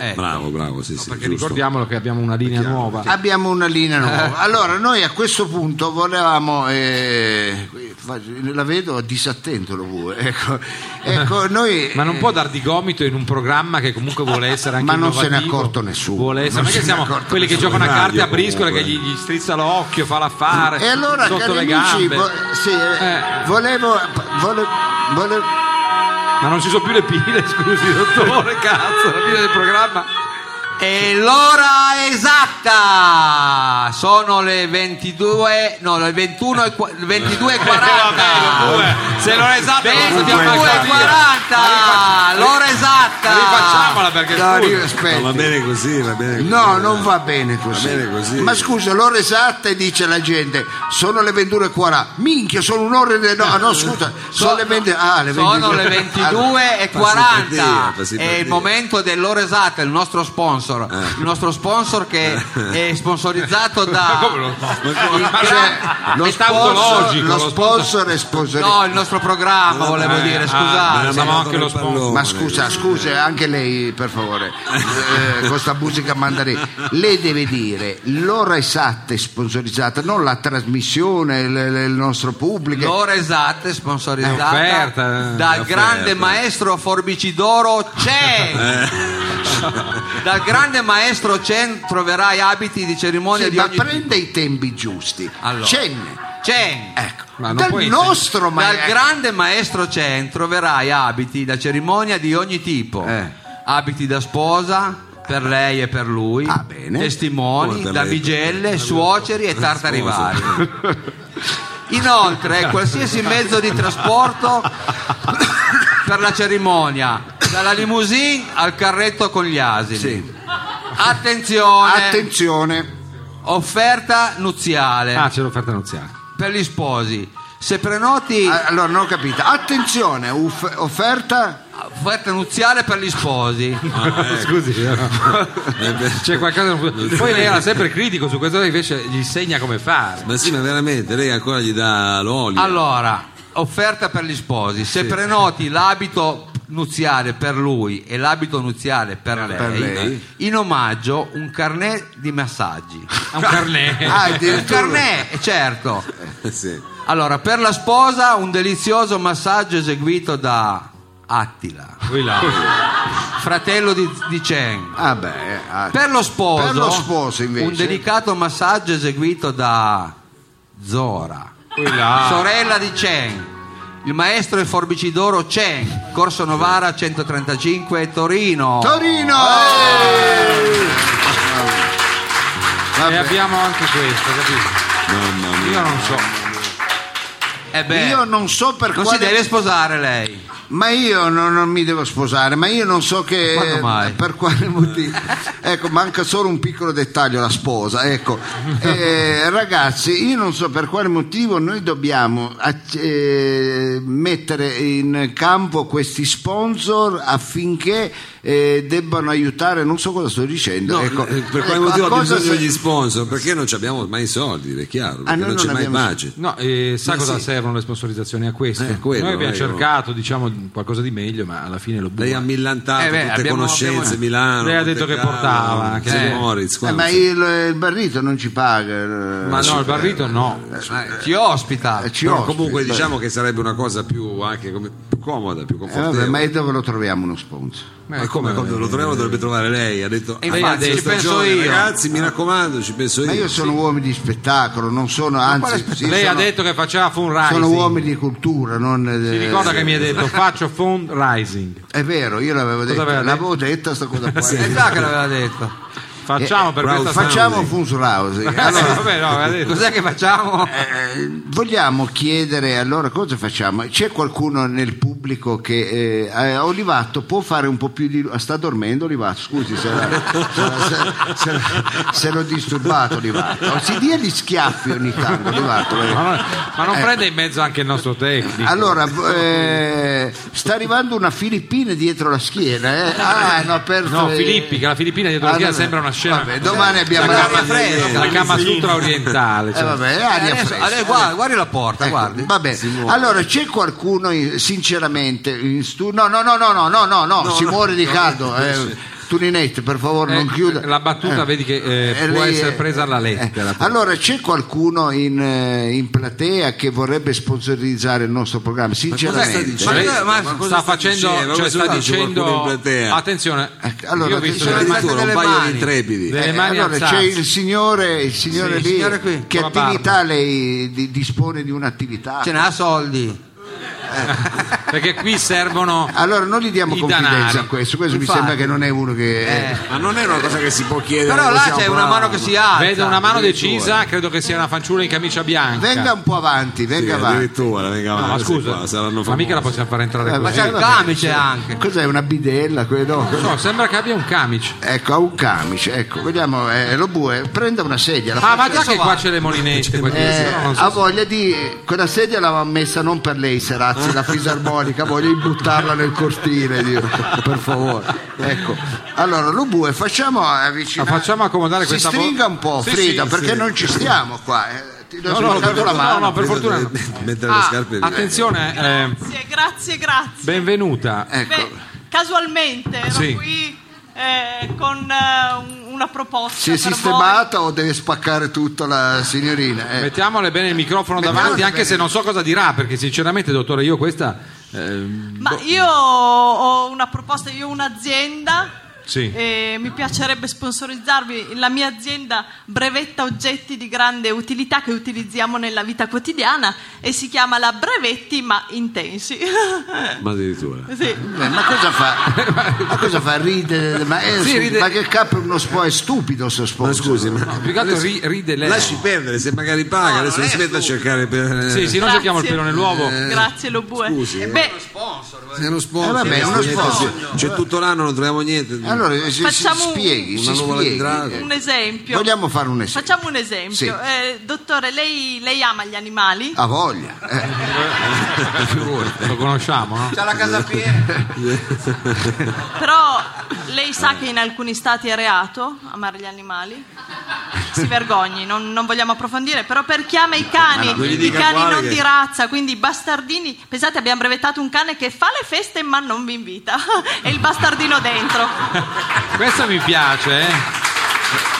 Eh, Bravo, bravo, sì, sì, perché giusto. ricordiamolo che abbiamo una linea nuova. Abbiamo una linea nuova. Eh. Allora, noi a questo punto volevamo. eh, fa- la vedo disattento lo vuoi. Ecco, Ecco, noi. Ma non può dar di gomito in un programma che comunque vuole essere anche Ma non se ne è innovativo. accorto nessuno. Vuole Non essere- non è che se ne è siamo accorto quelli che nessuno. giocano a In carte a radio, briscola che comunque. gli, gli strizza l'occhio, fa l'affare eh, E allora, sotto le cari amici, gambe. vo- sì, eh, Eh. volevo. vole- vole- Ma non ci sono più le pile, scusi, dottore, cazzo, la fine del programma. E l'ora esatta! Sono le 22, no, le 21 e qua- le 22 e 40. Eh, vabbè, lo due. Se l'ora Esatto, esatta non sappiamo neanche la 40 l'ora esatta Rifacciamola perché No, scusi. io- No, va aspetti. bene così, va bene così. No, non va bene così. Va bene così. Ma scusa, l'ora esatta e dice la gente, sono le 21.40. Minchia, sono un'ora e... No, no, scusa, sono le 20... Ah, le 22. sono le 22 e per 40 dire, passi per è il dire. momento dell'ora esatta il nostro sponsor il nostro sponsor che è sponsorizzato da come lo- il ma- gran- lo il sponsor- sponsor- cioè, Lo sponsor è sponsorizzato. no il nostro programma volevo dire ah, scusate ma- Siamo anche lo nel pallone. sponsor. Ma scusa, scusa, anche lei per favore, eh, con sta musica mandarina, lei deve dire l'ora esatta e sponsorizzata, non la trasmissione, l- l- il nostro pubblico. L'ora esatta è sponsorizzata È offerta, eh, dal è grande offerta. maestro Forbicidoro Chen. Eh. dal grande maestro Chen troverai abiti di cerimonia Sì, di ma ogni prende i tempi giusti. Allora. Cenne, Chen. ecco, Ma non dal puoi- nostro Dal maestro. grande maestro Chen troverai abiti da cerimonia di ogni tipo. Eh. Abiti da sposa per lei e per lui, Ah, bene. testimoni, Come per lei? damigelle, suoceri e tartarivari. Inoltre, qualsiasi mezzo di trasporto per la cerimonia, dalla limousine al carretto con gli asini. Attenzione, Attenzione. offerta nuziale Ah, c'è l'offerta nuziale. per gli sposi. Se prenoti Ah, Allora, non ho capito. Attenzione, uff- offerta. offerta nuziale per gli sposi. Scusi, Eh, beh, c'è qualcosa. che non- Poi lei era sempre critico su questo, invece gli insegna come fare. Ma sì, ma veramente, lei ancora gli dà l'olio. Allora, offerta per gli sposi. Se prenoti l'abito nuziale per lui e l'abito nuziale per lei, lei. in omaggio un carnet di massaggi. Ha un carnet. Ah, Il addirittura- carnet, eh, certo. Sì. Allora, per la sposa un delizioso massaggio eseguito da Attila, Qui là. fratello di, di Chen. Ah, beh, eh, ah. Per lo sposo, Per lo sposo, invece. un delicato massaggio eseguito da Zora. Qui là. Ah. sorella di Chen. Il maestro e forbicidoro Chen, Corso Novara 135 Torino. Torino! Eh, e abbiamo anche questo, capito? Mamma mia. Io non so. Eh beh, Io non so per non si quale deve sposare lei. Ma io non, non mi devo sposare, ma io non so che Quando mai? per quale motivo. ecco, manca solo un piccolo dettaglio, la sposa. Ecco, Eh, ragazzi, io non so per quale motivo noi dobbiamo ac- eh, mettere in campo questi sponsor affinché eh, debbano aiutare, non so cosa sto dicendo. No, ecco, eh, per quale Ecco, a motivo abbiamo cosa bisogno se- degli sponsor? Perché non ci abbiamo mai i soldi, è chiaro, perché noi non non c'è mai abbiamo- budget. No, eh, sa Ma cosa sì. servono le sponsorizzazioni a questo? Eh, quello, Noi abbiamo eh, io- cercato, diciamo, qualcosa di meglio, ma alla fine lo Lei buia. ha millantato Eh beh, tutte abbiamo- conoscenze, abbiamo- Milano. Lei ha detto Monte che Carlo, portava, Monte eh. Moritz, Eh, qua ma non si- il, il barrito non ci paga. Ma Ma no, il barrito no. Eh, Ti ospita. ci Però ospita. comunque diciamo che sarebbe una cosa più anche come- più comoda, più Eh, vabbè, confortevole. ma e dove lo troviamo uno sponsor? Ma come, come lo troviamo dovrebbe trovare lei, ha detto infatti, "Ragazzi, ci sta penso giovane, io." Ragazzi, mi raccomando, ci penso io. Eh. Ma io sono uomini di spettacolo, non sono, anzi, sì, Lei ha sono, detto che faceva fundraising. sono uomini di cultura, non. eh, Si ricorda che mi ha detto faccio fundraising. È vero, io l'avevo detto, aveva Eh, l'avevo detta sta cosa qua. Eh, E già che l'aveva detto. Facciamo per Rouse questa Eh, Founding. Facciamo Funz Rousing. Allora, Vabbè, no, ha detto. Cos'è che facciamo? eh, vogliamo chiedere allora cosa facciamo? C'è qualcuno nel pubblico che eh, eh, Olivato può fare un po' più di ah, sta dormendo Olivato, scusi se, la- se la- se- se la- se l'ho disturbato Olivato. Si dia gli schiaffi ogni tanto Olivato. eh. Ma non, ma non prende in mezzo anche il nostro tecnico. Allora, eh, sta arrivando una Filippina dietro la schiena. eh. Ah, hanno aperto No, le- Filippi, che la Filippina dietro la Ah, schiena no, no. sembra una scena. Vabbè, domani abbiamo La gamba Eh, fresca. la Kama Sutra orientale. cioè. vabbè, aria Eh, Adesso- fresca. adesso guarda, guardi la porta, Ecco, guardi. va bene. Allora, c'è qualcuno, in- sinceramente, in studio? No, no, no, no, no, no, no, no, si muore di caldo. eh. Tuninette, per favore, Eh, non chiuda. La battuta Eh. vedi che eh, Eh, può lei, essere eh, presa alla lettera. eh. Allora, c'è qualcuno in, eh, in platea che vorrebbe sponsorizzare il nostro programma? Sinceramente. dicendo? Lei Ma- ma sta, cosa sta facendo, dicendo? cioè, Cosa sta sta dicendo dicendo, qualcuno in platea? attenzione, Eh, allora, io ho visto attenzione, le mani- alzate Cioè, Addirittura un delle paio mani. di intrepidi. Eh. delle mani allora alzate. c'è il signore, il signore Sì, il lì signore qui, che con la attività lei di- dispone di un'attività? Ce n'ha Eh, soldi. perché qui servono Allora non gli diamo I confidenza danari. a questo, questo mi Infatti. sembra che non è uno che... Eh. Ma non è una cosa che si può chiedere. Però non là siamo c'è una bravi. mano che si alza. vedo una mano decisa, credo che sia una fanciulla in camicia bianca. Venga un po' avanti, venga Sì, eh, avanti. addirittura, venga, No, ma questi scusa, qua saranno ma mica la famosi. possiamo far entrare Eh, Ma così. c'è il camice anche. Cos'è una bidella? Quello? No, sembra che abbia un camice. Ecco, ha un camice, ecco, vediamo, eh, lo bue, prenda una sedia. La Ah, ma già faccia- che qua c'è le molinette, qua dietro, Eh, però non so ha se- voglia di quella sedia l'aveva messa non per lei Serazzi la fisarmonica voglia di buttarla nel cortile dico, per favore ecco allora Lubue facciamo avvicinare Ma Ah, facciamo accomodare si questa vo- stringa un po' Sì, Frida sì, perché sì. non ci stiamo qua eh. ti do No, no, soltanto per la fortuna- mano no, no, per fortuna. Eh. no. Mettere le Ah, scarpe e via. attenzione, eh, Grazie, grazie, grazie. benvenuta. ecco Beh, cioè, casualmente ero Sì. qui eh, con eh, un- una proposta. si è per voi. sistemata o deve spaccare tutta la signorina eh. Mettiamole bene il microfono Mettiamole davanti, anche bene. se non so cosa dirà, perché sinceramente, dottore, io questa. ehm, Ma io ho una proposta, io ho un'azienda. Sì. E mi piacerebbe sponsorizzarvi la mia azienda brevetta oggetti di grande utilità che utilizziamo nella vita quotidiana e si chiama la brevetti ma intensi. Ma addirittura. sì. Eh, ma cosa fa? Ma cosa fa? Ride, ma, eh, Sì, scusi, ride. ma che capo è uno spo- è stupido sto Ma sponsor. scusi, ma più che altro ri- ride lei. lasci perdere se magari paga, No, adesso non si è mette a stupido. cercare per Sì, sì, Grazie. non cerchiamo il pelo nell'uovo. Grazie Lobue. scusi, eh. Beh, è uno sponsor. Eh, vabbè, è uno niente, sponsor. sì. C'è tutto l'anno, non troviamo niente. Allora, eh, si, si Facciamo un- spieghi, una si nuvola di spieghi. drago. eh. un esempio. Vogliamo fare un esempio? Facciamo un esempio. Sì. Eh, dottore, lei, lei ama gli animali? A voglia. eh. Lo conosciamo, no? C'ha la casa piena. Ah. Però lei sa che in alcuni stati è reato amare gli animali? Si vergogni, non, non vogliamo approfondire, però per chi ama i cani, non gli i dica cani quale non che- di razza, quindi i bastardini, pensate abbiamo brevettato un cane che fa le feste ma non vi invita, e il bastardino dentro. Questa mi piace, eh.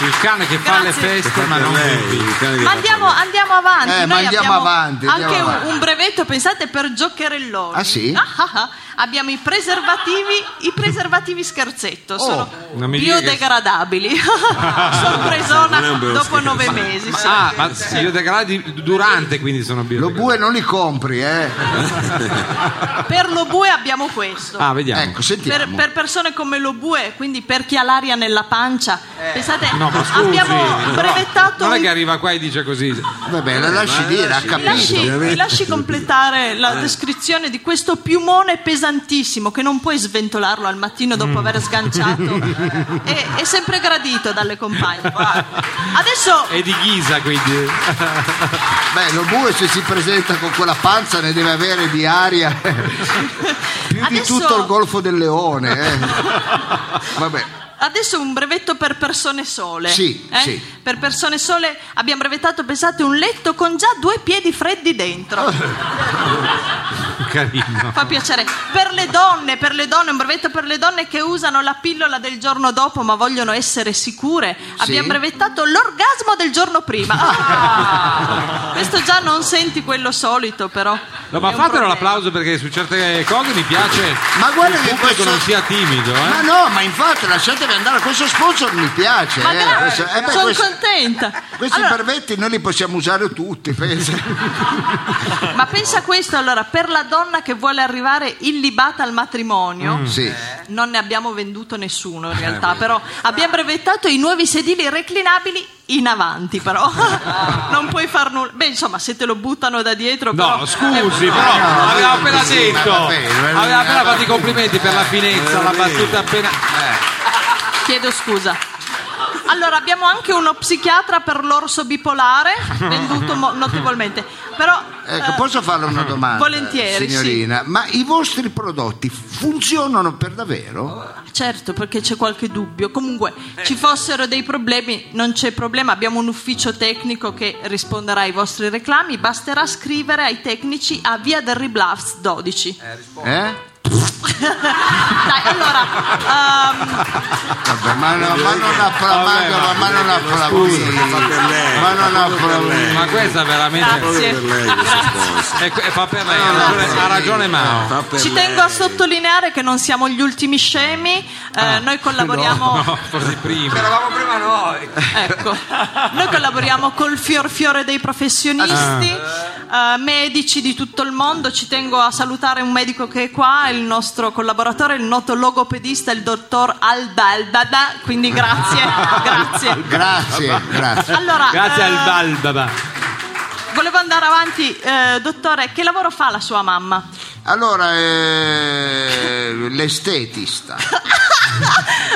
Il cane che fa le Grazie. feste, ma non lei, il cane che Ma fa- andiamo, andiamo avanti, Eh, ma noi andiamo abbiamo avanti, andiamo anche un- avanti. un brevetto, pensate, per giocherelloni. Ah, sì? ah, ah. Abbiamo i preservativi, i preservativi scherzetto, Oh. sono Non mi dica che- biodegradabili. Sorpresona Non è un bello dopo scherzo. nove mesi. sì. Ah, ma sì, io degradi durante, quindi sono Lo biodegradabile. bue non li compri, eh. Per lo bue abbiamo questo. Ah, vediamo. Ecco, per, sentiamo. per persone come lo bue, quindi per chi ha l'aria nella pancia, pensate, Eh. No, ma scusi. abbiamo però brevettato Non è i- che arriva qua e dice così. Va bene, lasci dire, ha Mi capito. lasci, mi lasci completare la descrizione di questo piumone pesantissimo che non puoi sventolarlo al mattino Mm. dopo aver sganciato. è, è sempre gradito dalle compagne. Adesso È di ghisa, quindi. Beh, lo bue se si presenta con quella panza ne deve avere di aria. Più di Adesso- tutto il Golfo del Leone, eh. Vabbè. Adesso un brevetto per persone sole. Sì, eh? sì. Per persone sole abbiamo brevettato, pensate, un letto con già due piedi freddi Ah, dentro. Carino. Fa piacere. Per le donne, per le donne, un brevetto per le donne che usano la pillola del giorno dopo ma vogliono essere sicure. Abbiamo brevettato l'orgasmo del giorno prima. Ah! Questo già non senti quello solito, però. No, ma È un fatelo problema. l'applauso perché su certe cose mi piace Ma guarda che che il pubblico questo- non sia timido, eh. Ma no, ma infatti lasciatevi andare, questo sponsor mi piace. Ma eh. grazie, Questo- eh, beh, sono questo- contenta. Questi Allora, brevetti noi li possiamo usare tutti, pensa. Ma pensa a questo allora, per la donna che vuole arrivare illibata al matrimonio. Sì. Non ne abbiamo venduto nessuno in realtà, però abbiamo brevettato i nuovi sedili reclinabili in avanti, però non puoi far nulla. Beh, insomma, se te lo buttano da dietro, No, però- scusi, Eh, però aveva appena sì, detto. ma va bene, va bene, Aveva appena va fatto i complimenti per la finezza, la battuta appena. Chiedo scusa. Allora, abbiamo anche uno psichiatra per l'orso bipolare, venduto mo- notevolmente. Però Ecco, eh, posso farle una domanda? volentieri, sì. signorina. Ma i vostri prodotti funzionano per davvero? Certo, perché c'è qualche dubbio. Comunque, ci fossero dei problemi, non c'è problema. Abbiamo un ufficio tecnico che risponderà ai vostri reclami. Basterà scrivere ai tecnici a via del Riblavs 12. Eh? Dai, allora, ehm, Vabbè, ma, no, ma non Vabbè, applaudire, ma- ma non applaudire, ma non applaudire. Ma questa veramente. grazie. È, è- fa per lei, ha ragione, ha ragione Mao. Ci tengo a sottolineare che non siamo gli ultimi scemi, eh, noi collaboriamo. No, forse prima. Eravamo prima noi. Ecco, noi collaboriamo col fior fiore dei professionisti, Ah. eh, medici di tutto il mondo. Ci tengo a salutare un medico che è qua, il nostro collaboratore, il noto logopedista, il dottor Albaldada. Quindi grazie, grazie. Grazie, grazie. Allora, Grazie eh, al Balbaba. volevo andare avanti, eh, dottore, che lavoro fa la sua mamma? Allora, eh, l'estetista.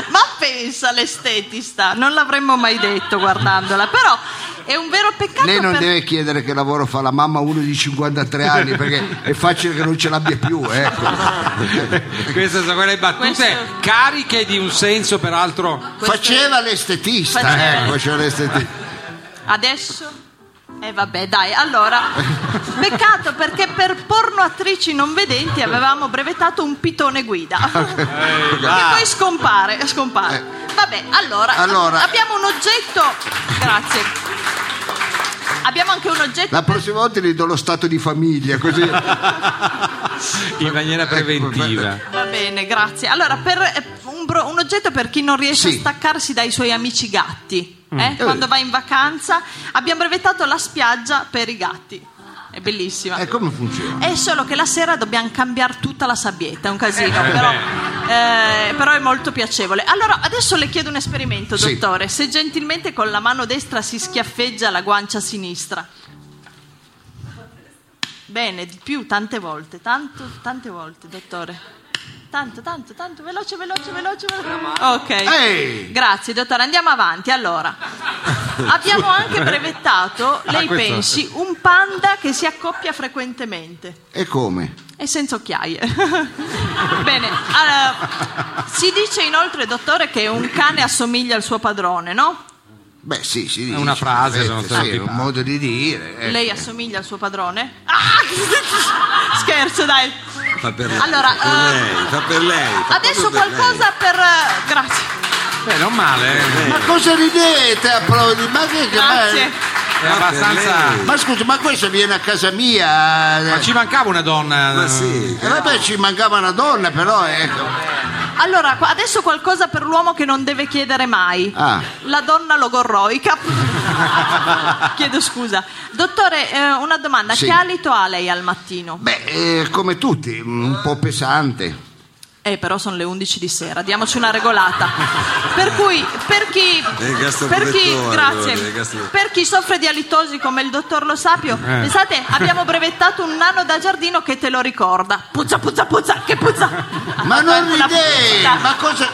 Ma pensa l'estetista, non l'avremmo mai detto guardandola, però è un vero peccato Lei non per- deve chiedere che lavoro fa la mamma a uno di 53 anni perché è facile che non ce l'abbia più, ecco. Queste sono quelle battute Questo- cariche di un senso, peraltro. Questo- Faceva l'estetista, Faceva. ecco, faceva l'estetista. Adesso? E vabbè, dai, allora. Peccato perché per pornoattrici non vedenti avevamo brevettato un pitone guida. che poi scompare, scompare. Vabbè, allora, Eh. Allora. abbiamo un oggetto. Grazie. Abbiamo anche un oggetto. La prossima volta gli do lo stato di famiglia, così In maniera preventiva. Va bene, grazie. Allora, per, eh, un, bro- un oggetto per chi non riesce Sì. a staccarsi dai suoi amici gatti. eh, Quando va in vacanza abbiamo brevettato la spiaggia per i gatti. È bellissima. E come funziona? È solo che la sera dobbiamo cambiare tutta la sabbietta, è un casino, però, eh, però è molto piacevole. Allora, adesso le chiedo un esperimento, Sì. dottore. Se gentilmente con la mano destra si schiaffeggia la guancia sinistra. Bene, di più, tante volte, tanto, tante volte, dottore. Tanto, tanto, tanto, veloce, veloce, veloce, veloce. Ok. Ehi! Grazie, dottore. Andiamo avanti. Allora, abbiamo anche brevettato, lei questo- pensi, un panda che si accoppia frequentemente. E come? E senza occhiaie. Bene, allora, si dice inoltre, dottore, che un cane assomiglia al suo padrone, no? Beh, sì, sì. È una frase, sono sì, è stereotipate. un modo di dire. ecco. Lei assomiglia al suo padrone? Ah! Scherzo, dai. Fa per lei, Allora, fa per eh, lei, fa per lei. fa Adesso proprio per qualcosa per... eh, Grazie, Beh, non male, eh. Ma cosa ridete? Applaudi? Ma, che, che- ma- grazie. è abbastanza. ma scusa, ma questo viene a casa mia. eh. Ma ci mancava una donna. lei. Ma sì. Eh, vabbè, ci mancava una donna, però ecco. Allora, qua- adesso qualcosa per l'uomo che non deve chiedere mai. Ah. La donna logorroica. Chiedo scusa. Dottore, eh, una domanda. Sì. Che alito ha lei al mattino? Beh, eh, come tutti, un po' pesante. Eh, però sono le 11 di sera, diamoci una regolata. Per cui, per chi, il per chi- gastroprotettore, grazie, allora, il gastro- per chi soffre di alitosi come il dottor Lo Sapio, pensate, abbiamo brevettato un nano da giardino che te lo ricorda. Puzza, puzza, puzza, che puzza! Ma non Ah, Una ridei, puzza. ma cosa...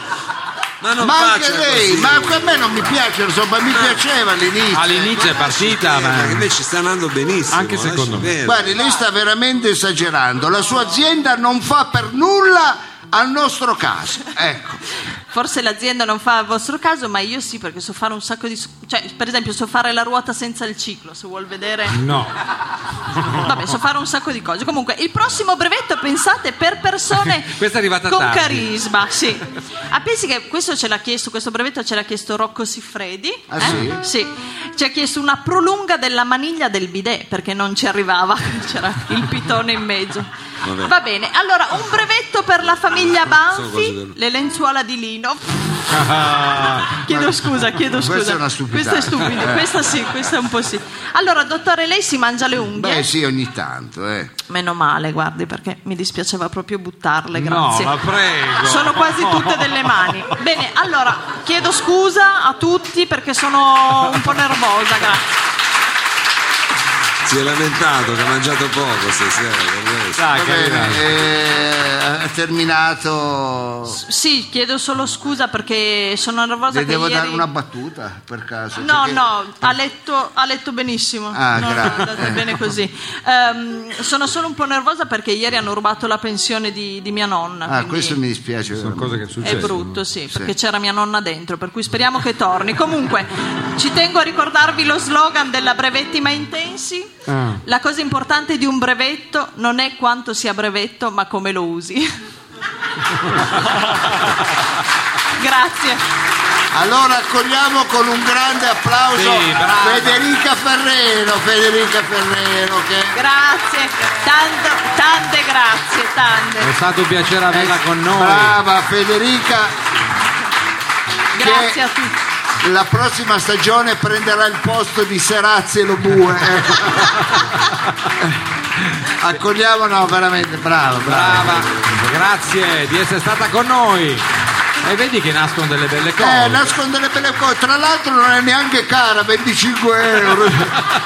Ma non ma anche faccia lei, così. Ah, ma a me non mi piace, insomma, mi piaceva all'inizio. All'inizio è partita, Eh, ma che Ah, ma. invece sta andando benissimo. eh, Anche lasci secondo me. perdere. Guardi, lei sta veramente esagerando, la sua azienda non fa per nulla al nostro caso. Ecco, Forse l'azienda non fa il vostro caso, ma io sì, perché so fare un sacco di... Cioè, per esempio, so fare la ruota senza il ciclo, se vuol vedere... No, Vabbè, so fare un sacco di cose. Comunque, il prossimo brevetto, pensate, per persone Questa è arrivata con tardi. carisma. Sì. Ah, pensi che questo ce l'ha chiesto, questo brevetto ce l'ha chiesto Rocco Siffredi. Ah, eh? Sì. Ci ha chiesto una prolunga della maniglia del bidet, perché non ci arrivava, c'era il pitone in mezzo. Vabbè. Va bene, allora un brevetto per la famiglia sono cose per- Banfi, le lenzuola di lino. chiedo scusa, chiedo scusa. Questa è una stupidata. Questa è stupida, questa sì, questa è un po' sì. Allora, dottore, lei si mangia le unghie? Beh sì, ogni tanto, eh. Meno male, guardi, perché mi dispiaceva proprio buttarle, No, grazie. la prego. Sono quasi tutte delle mani. Bene, allora chiedo scusa a tutti perché sono un po' nervosa, grazie. Si è lamentato che ha mangiato poco stasera. per questo. Dai, Va capitano. bene, eh, ha terminato. Sì, chiedo solo scusa perché sono nervosa Le che devo ieri... dare una battuta per caso? No, perché- no, ha letto, ha letto benissimo. Ah, no, no, grazie. è andata bene così. Ehm, sono solo un po' nervosa perché ieri hanno rubato la pensione di, di mia nonna. Ah, quindi questo mi dispiace. Sono veramente. cose che È succedono. brutto, sì, perché c'era mia nonna dentro, per cui speriamo che torni. Comunque, ci tengo a ricordarvi lo slogan della Brevetti ma intensi. La cosa importante di un brevetto non è quanto sia brevetto, ma come lo usi. Grazie. Allora accogliamo con un grande applauso Sì, brava. Federica Ferrero, Federica Ferrero che Grazie, tanto, tante grazie, È tante. stato un piacere averla Eh, con noi. brava Federica Grazie a tutti. la prossima stagione prenderà il posto di Serazzi e Lobue. accogliamo no, veramente brava, brava. Brava, grazie di essere stata con noi. E vedi che nascono delle belle cose. Eh, nascono delle belle cose, tra l'altro non è neanche cara, 25 euro.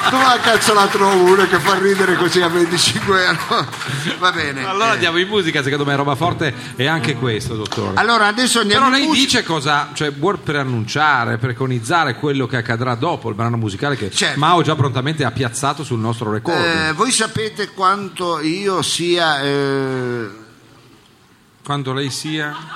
Dove cazzo la trovo una che fa ridere così a 25 euro? Va bene. Allora eh. andiamo in musica, secondo me roba forte è anche questo, dottore. Allora, adesso andiamo Però Ah, lei in musica. dice cosa, cioè vuol preannunciare, preconizzare quello che accadrà dopo il brano musicale che Certo. Mao già prontamente ha piazzato sul nostro record. Eh, voi sapete quanto io sia eh, Quando lei sia...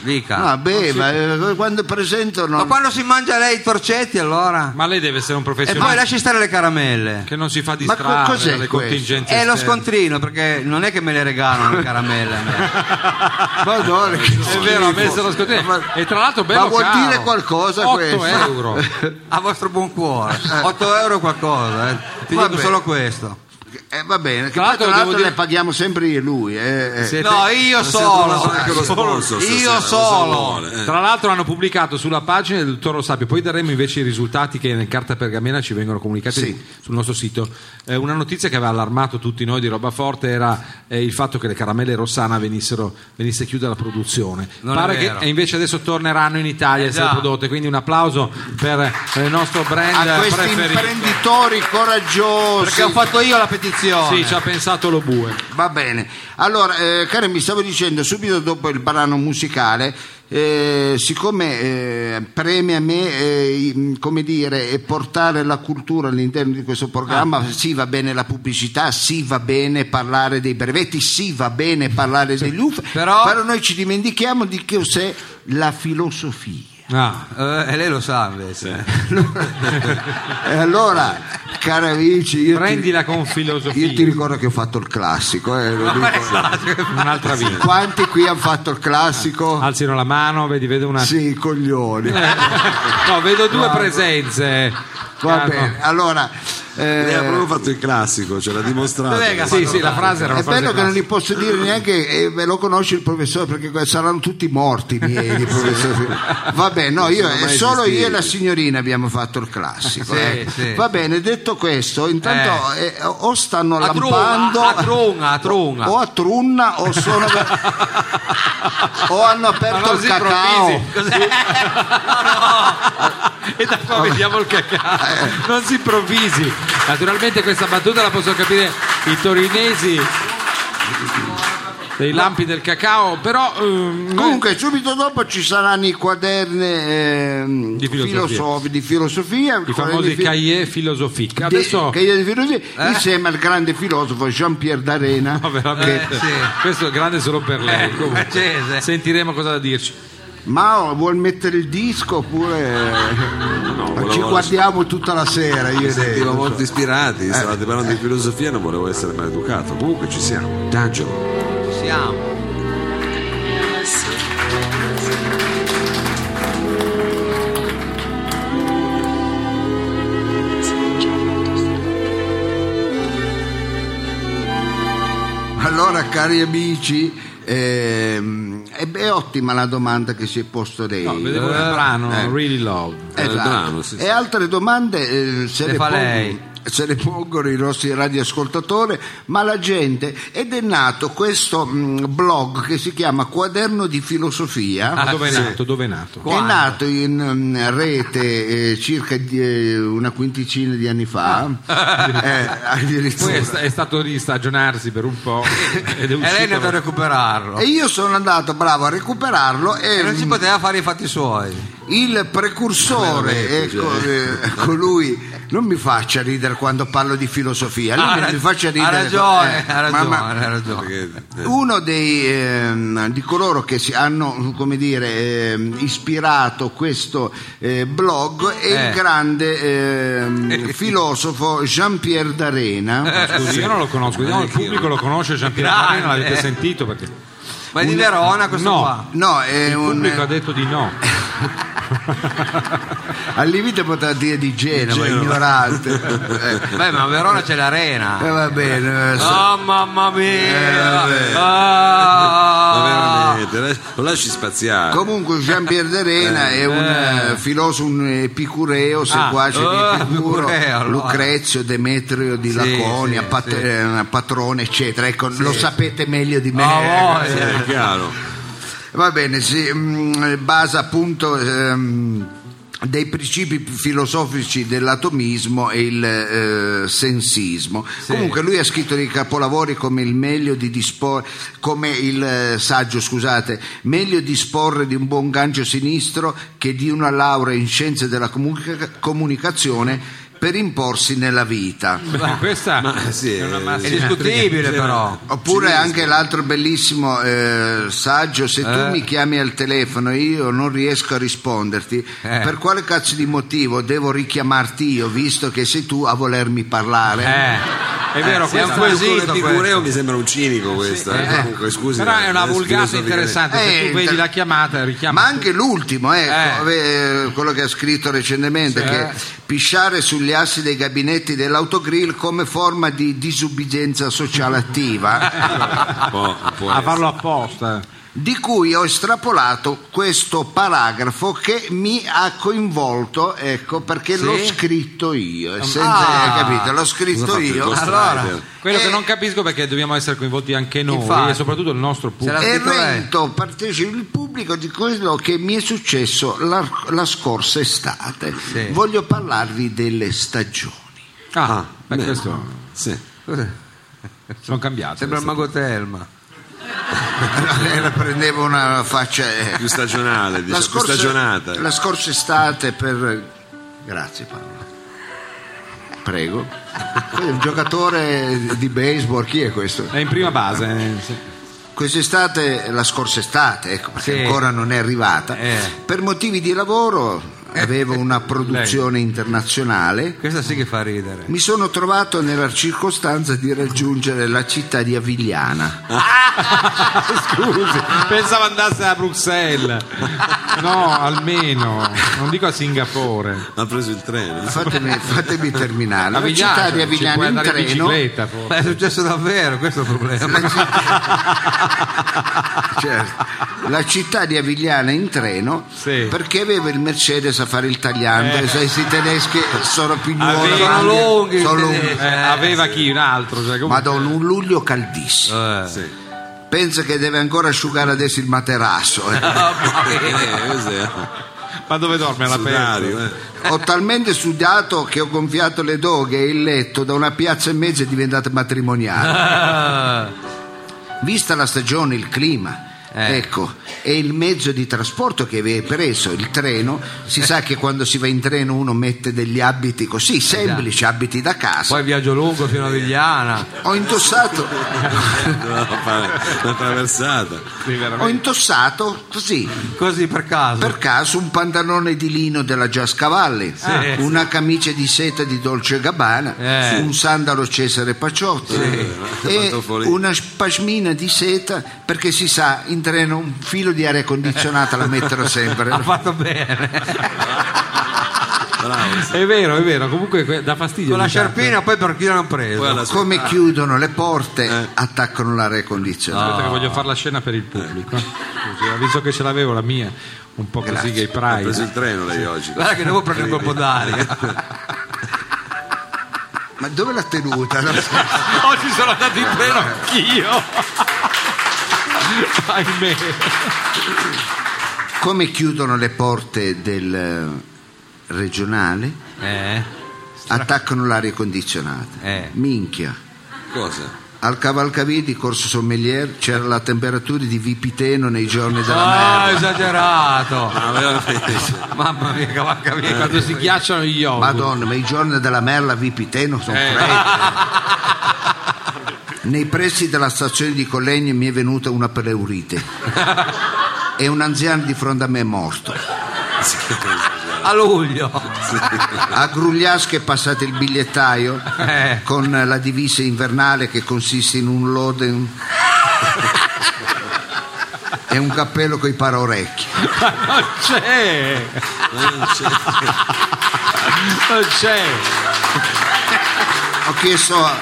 Dica. ah, beva eh, quando presento Ma no. quando si mangia lei i torcetti allora? Ma lei deve essere un E poi professionista lasci stare le caramelle. che non si fa co- distrarre cos'è dalle questo? contingenze. È lo esterne. scontrino perché non è che me le regalano le caramelle. a me. Madonna, che È vero, ha messo lo scontrino. E tra l'altro bello ma vuol caro. dire qualcosa 8 questo? euro. A vostro buon cuore. 8 euro qualcosa. eh. Ti Vabbè. dico solo questo. Eh, va bene che Tra poi, l'altro tra l'altro devo le dire- paghiamo sempre io e lui eh, eh. Siete- No, io Siete uno solo. anche lo sponsor stasera, Io lo solo. salvone, eh. Tra l'altro hanno pubblicato sulla pagina del Toro Sapio, poi daremo invece i risultati che in carta pergamena ci vengono comunicati Sì. sul nostro sito. Eh, una notizia che aveva allarmato tutti noi di roba forte era eh, il fatto che le caramelle Rossana venissero, venisse chiusa la produzione. Non Pare è che vero. Eh, e invece adesso torneranno in Italia a essere già. prodotte, quindi un applauso per eh, il nostro brand a questi preferito. imprenditori coraggiosi Perché ho fatto io la petizione. Sì, ci ha pensato lo bue. Va bene, allora eh, cari mi stavo dicendo subito dopo il brano musicale, eh, siccome eh, preme a me eh, i- come dire, eh, portare la cultura all'interno di questo programma, sì va bene la pubblicità, sì va bene parlare dei brevetti, sì va bene parlare degli UF, però- noi ci dimentichiamo di che cos'è la filosofia. Ah, Eh, e lei lo sa invece. E allora, cari amici, io, ti, prendila con io ti filosofia. ricordo che ho fatto il classico, eh, lo dico. Un'altra vita. quanti qui hanno fatto il classico? Alzino la mano, vedi, vedo una Sì, i coglioni. No, vedo due presenze. Va Chiaro. bene, allora. eh, Lei ha proprio fatto il classico, ce l'ha dimostrato. Dov'è che ha Sì, sì, la frase era una è frase bello che non classica. gli posso dire neanche, e ve lo conosce il professore perché que- saranno tutti morti i miei di professori. Va bene, no, io, sono mai solo io e esistiti. la signorina abbiamo fatto il classico. Sì, eh. sì. Va bene, detto questo, intanto eh, o stanno A lampando trunga, a trunga, a trunga. o a trunna o sono o hanno Ma aperto non il si cacao. improvvisi. Cos'è? E da qua vediamo il cacao. Non si improvvisi. Naturalmente questa battuta la possono capire i torinesi dei lampi del cacao, però ehm, Comunque, subito dopo ci saranno i quaderni ehm, Di filosofia. filosofi- di filosofia, i famosi cahiers philosophiques. Adesso eh, Eh? che io di filosofia, insieme al grande filosofo Jean-Pierre D'Arena. No, veramente. Eh, sì. Questo è grande solo per lei. Eh, Comunque, francese. Sentiremo cosa da dirci. Mao vuol mettere il disco oppure eh, volevo- ci guardiamo tutta la sera io e lei. Siamo molto ispirati, stavate parlando di filosofia, non volevo essere maleducato. Comunque ci siamo. D'Angelo. Ci siamo. Allora cari amici, ehm, è, è ottima la domanda che si è posto lei. No, vedevo il brano Really Love. Eh, il Esatto. brano, sì, sì. E altre domande eh, se Le le, fa pongono- lei. se le pongono i nostri radioascoltatori, ma la gente ed è nato questo mh, blog che si chiama Quaderno di Filosofia. Ma dove è nato? Dove è nato? È nato in mm, rete eh, circa di- eh, una quindicina di anni fa, eh, Poi è, addirittura. sta- è stato lì stagionarsi per un po' ed è E lei ne uscito. deve recuperarlo. E io sono andato bravo a recuperarlo e E non si mm, poteva fare i fatti suoi. il precursore, ecco, cioè. eh, colui, non mi faccia ridere quando parlo di filosofia, lui mi- mi Ah, faccia Ah, ha ridere. ragione, eh, ha ragione, mamma- ha ragione. Perché- Uno dei, ehm, di coloro che si hanno come dire, ehm, ispirato questo eh, blog è Eh. il grande ehm, filosofo Jean-Pierre Eh. D'Arena. Scusi, io Eh. non lo conosco, vediamo il pubblico lo conosce, Gian Piero Grande. Marino, l'avete sentito perché Ma è di Verona questo No. qua. No, è il un, pubblico ha detto di no. al limite potrà dire di Genova, Genova. ignorante. Eh, Beh, ma a Verona c'è l'arena. eh, va bene, eh, so- Oh mamma mia! vabbè. Ma Ah. veramente, las- lo lasci spaziare. Comunque Jean-Pierre D'Arena è un eh, filosofo, un epicureo, seguace Ah, di Epicuro, epicureo, allora. Lucrezio, Demetrio di Laconia, sì, Pat- eh, Patrone, eccetera. Ecco, lo sapete meglio di me. Ah, Sì, voglia. è chiaro. Va bene, si mm, basa appunto ehm, dei principi filosofici dell'atomismo e il eh, sensismo. Comunque lui ha scritto dei capolavori come il meglio di disporre come il eh, saggio, scusate, meglio disporre di un buon gancio sinistro che di una laurea in scienze della comunica- comunicazione per imporsi nella vita. Beh, questa Ma sì, è eh, una Eh, È massima. discutibile però. Oppure anche l'altro bellissimo eh, saggio, se tu mi chiami al telefono e io non riesco a risponderti, Eh. per quale cazzo di motivo devo richiamarti io, visto che sei tu a volermi parlare? Eh. È vero, Eh, sì, è questa un Con quesito questo. l'epicureo mi sembra un cinico questo. eh, comunque, scusi, Però è una adesso vulgata filosoficamente- interessante, se Eh, tu vedi inter- la chiamata richiama Ma anche l'ultimo, ecco, eh, quello che ha scritto recentemente, che è pisciare sugli assi dei gabinetti dell'autogrill come forma di disubbidienza sociale attiva, Può- può a farlo apposta. di cui ho estrapolato questo paragrafo che mi ha coinvolto, ecco, perché l'ho scritto io, e senza, Ah. capito, l'ho Cosa scritto fate, io. Ghost Allora, Rider? Quello Eh, che non capisco perché dobbiamo essere coinvolti anche noi Infatti. e soprattutto il nostro Se la- pubblico. E scritto lei. rento partecipo il pubblico di quello che mi è successo la, la scorsa estate. Sì. Voglio parlarvi delle stagioni. Ah, beh, beh. questo Sì. sono cambiato. Sembra il mago Telma. Allora, prendevo una faccia. eh. più stagionale, diciamo, più stagionata. la scorsa estate per. Grazie Paolo. Prego. Questo è un giocatore di baseball, chi è questo? È in prima base. eh, sì. Quest'estate, la scorsa estate, ecco, perché Sì. ancora non è arrivata, Eh. per motivi di lavoro avevo una produzione internazionale. Questa sì che fa ridere. Mi sono trovato nella circostanza di raggiungere la città di Avigliana. Scusi, pensavo andasse a Bruxelles. No, almeno. Non dico a Singapore. Ha preso il treno. Fatemi, fatemi terminare. La Avigliano, città di ci puoi Avigliana in andare treno. bicicletta, forse. Ma è successo davvero, questo è il problema. certo. La città di Avigliana in treno Sì. perché aveva il Mercedes a fare il tagliando e sai, i tedeschi sono pignoli Avevano grandi, lunghi i sono lunghi. tedeschi. Eh, aveva chi un altro. Cioè, comunque- Madonna, un luglio caldissimo. Eh. Sì. Pensa che deve ancora asciugare adesso il materasso. eh. Eh, questo è Ma dove dorme sudario, all'aperto? eh. Ho talmente sudato che ho gonfiato le doghe e il letto da una piazza e mezza è diventato matrimoniale. Ah. Vista la stagione, il clima. Eh. Ecco, e il mezzo di trasporto che avevi preso, il treno, si sa che quando si va in treno uno mette degli abiti così, semplici, abiti da casa. Eh Poi viaggio lungo fino a Vigliana. Ho indossato, Doveva fare una traversata. Sì, veramente. ho indossato così, Così per caso. Per caso un pantalone di lino della Giascavalli, una camicia di seta di Dolce Gabbana, Ah. Eh. un sandalo Cesare Paciotti e Pantofoli. una pasmina di seta perché si sa in treno un filo di aria condizionata la metterò sempre. Ha fatto bene. È vero, è vero. Comunque que- dà fastidio. con la ogni tanto. sciarpina poi per chi l'hanno preso Poi alla- Ah. Come chiudono le porte, Eh. attaccano l'aria condizionata. Aspetta che voglio fare la scena per il pubblico. Scusi, visto che ce l'avevo la mia, un po' così gay Ha preso il pride. treno lei oggi. guarda che devo prendere un colpo d'aria Ah. Ma dove l'ha tenuta? oggi sono andato in treno Io. Ahimè. Come chiudono le porte del eh, regionale, eh attaccano l'aria condizionata. Eh. Minchia. Cosa? Al Cavalcavì di Corso Sommelier c'era la temperatura di Vipiteno nei giorni della merda. ah esagerato Ah, veramente. mamma mia cavalca mia Quando Eh. si ghiacciano gli oh, yogurt. Madonna, ma i giorni della merla Vipiteno sono Eh. freddi. Nei pressi della stazione di Collegno mi è venuta una pleurite e un anziano di fronte a me è morto. a luglio A Grugliasco è passato il bigliettaio Eh. con la divisa invernale che consiste in un loden e un cappello coi paraorecchi. Non c'è. Non c'è. Ho chiesto a-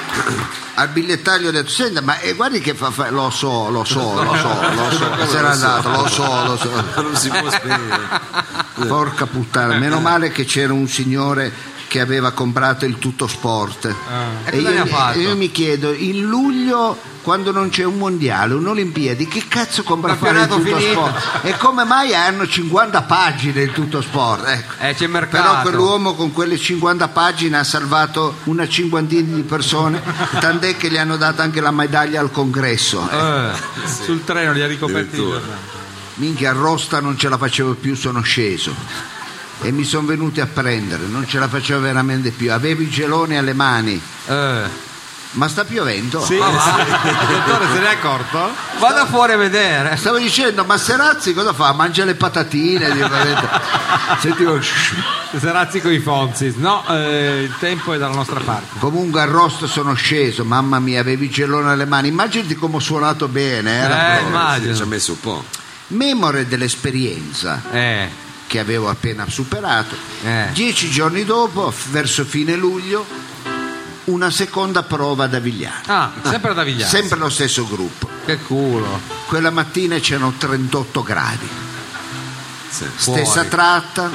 al bigliettaio, ho detto, senta, ma eh, guardi che fa, fa- lo so, lo so, lo so, lo so, se n'è andato, lo so, lo so. Non si può spendere. Porca puttana, meno male che c'era un signore che aveva comprato il tutto sport. Ah. E cosa ne ha fatto? io mi chiedo, in luglio, quando non c'è un mondiale, un'Olimpiadi, che cazzo compra fare il tutto Campionato finito. sport? E come mai hanno 50 pagine il tutto sport? Ecco. eh c'è Però mercato quell'uomo con quelle 50 pagine ha salvato una cinquantina di persone, tant'è che gli hanno dato anche la medaglia al congresso. Eh, Eh, Sul treno li ha ricoperti. di Addirittura. giornali. Minchia, a Rosta non ce la facevo più, sono sceso. E mi sono venuti a prendere, non ce la facevo veramente più. Avevo i geloni alle mani, eh. ma sta piovendo. Il dottore se ne è accorto? vada fuori a vedere Stavo dicendo, ma Serazzi cosa fa? Mangia le patatine? dico, veramente. Sentivo, shh. Serazzi con eh, i Fonzis. No, eh, il tempo è dalla nostra parte. Comunque a Rosta sono sceso, mamma mia, avevi i geloni alle mani. Immaginati come ho suonato bene. era eh Ci ha immagino messo un po'. Memore dell'esperienza eh che avevo appena superato, Eh. dieci giorni dopo, f- verso fine luglio, una seconda prova ad Avigliano. ah Sempre da Vigliano. Sempre lo stesso gruppo. che culo Quella mattina c'erano 38 gradi, Sì. stessa tratta,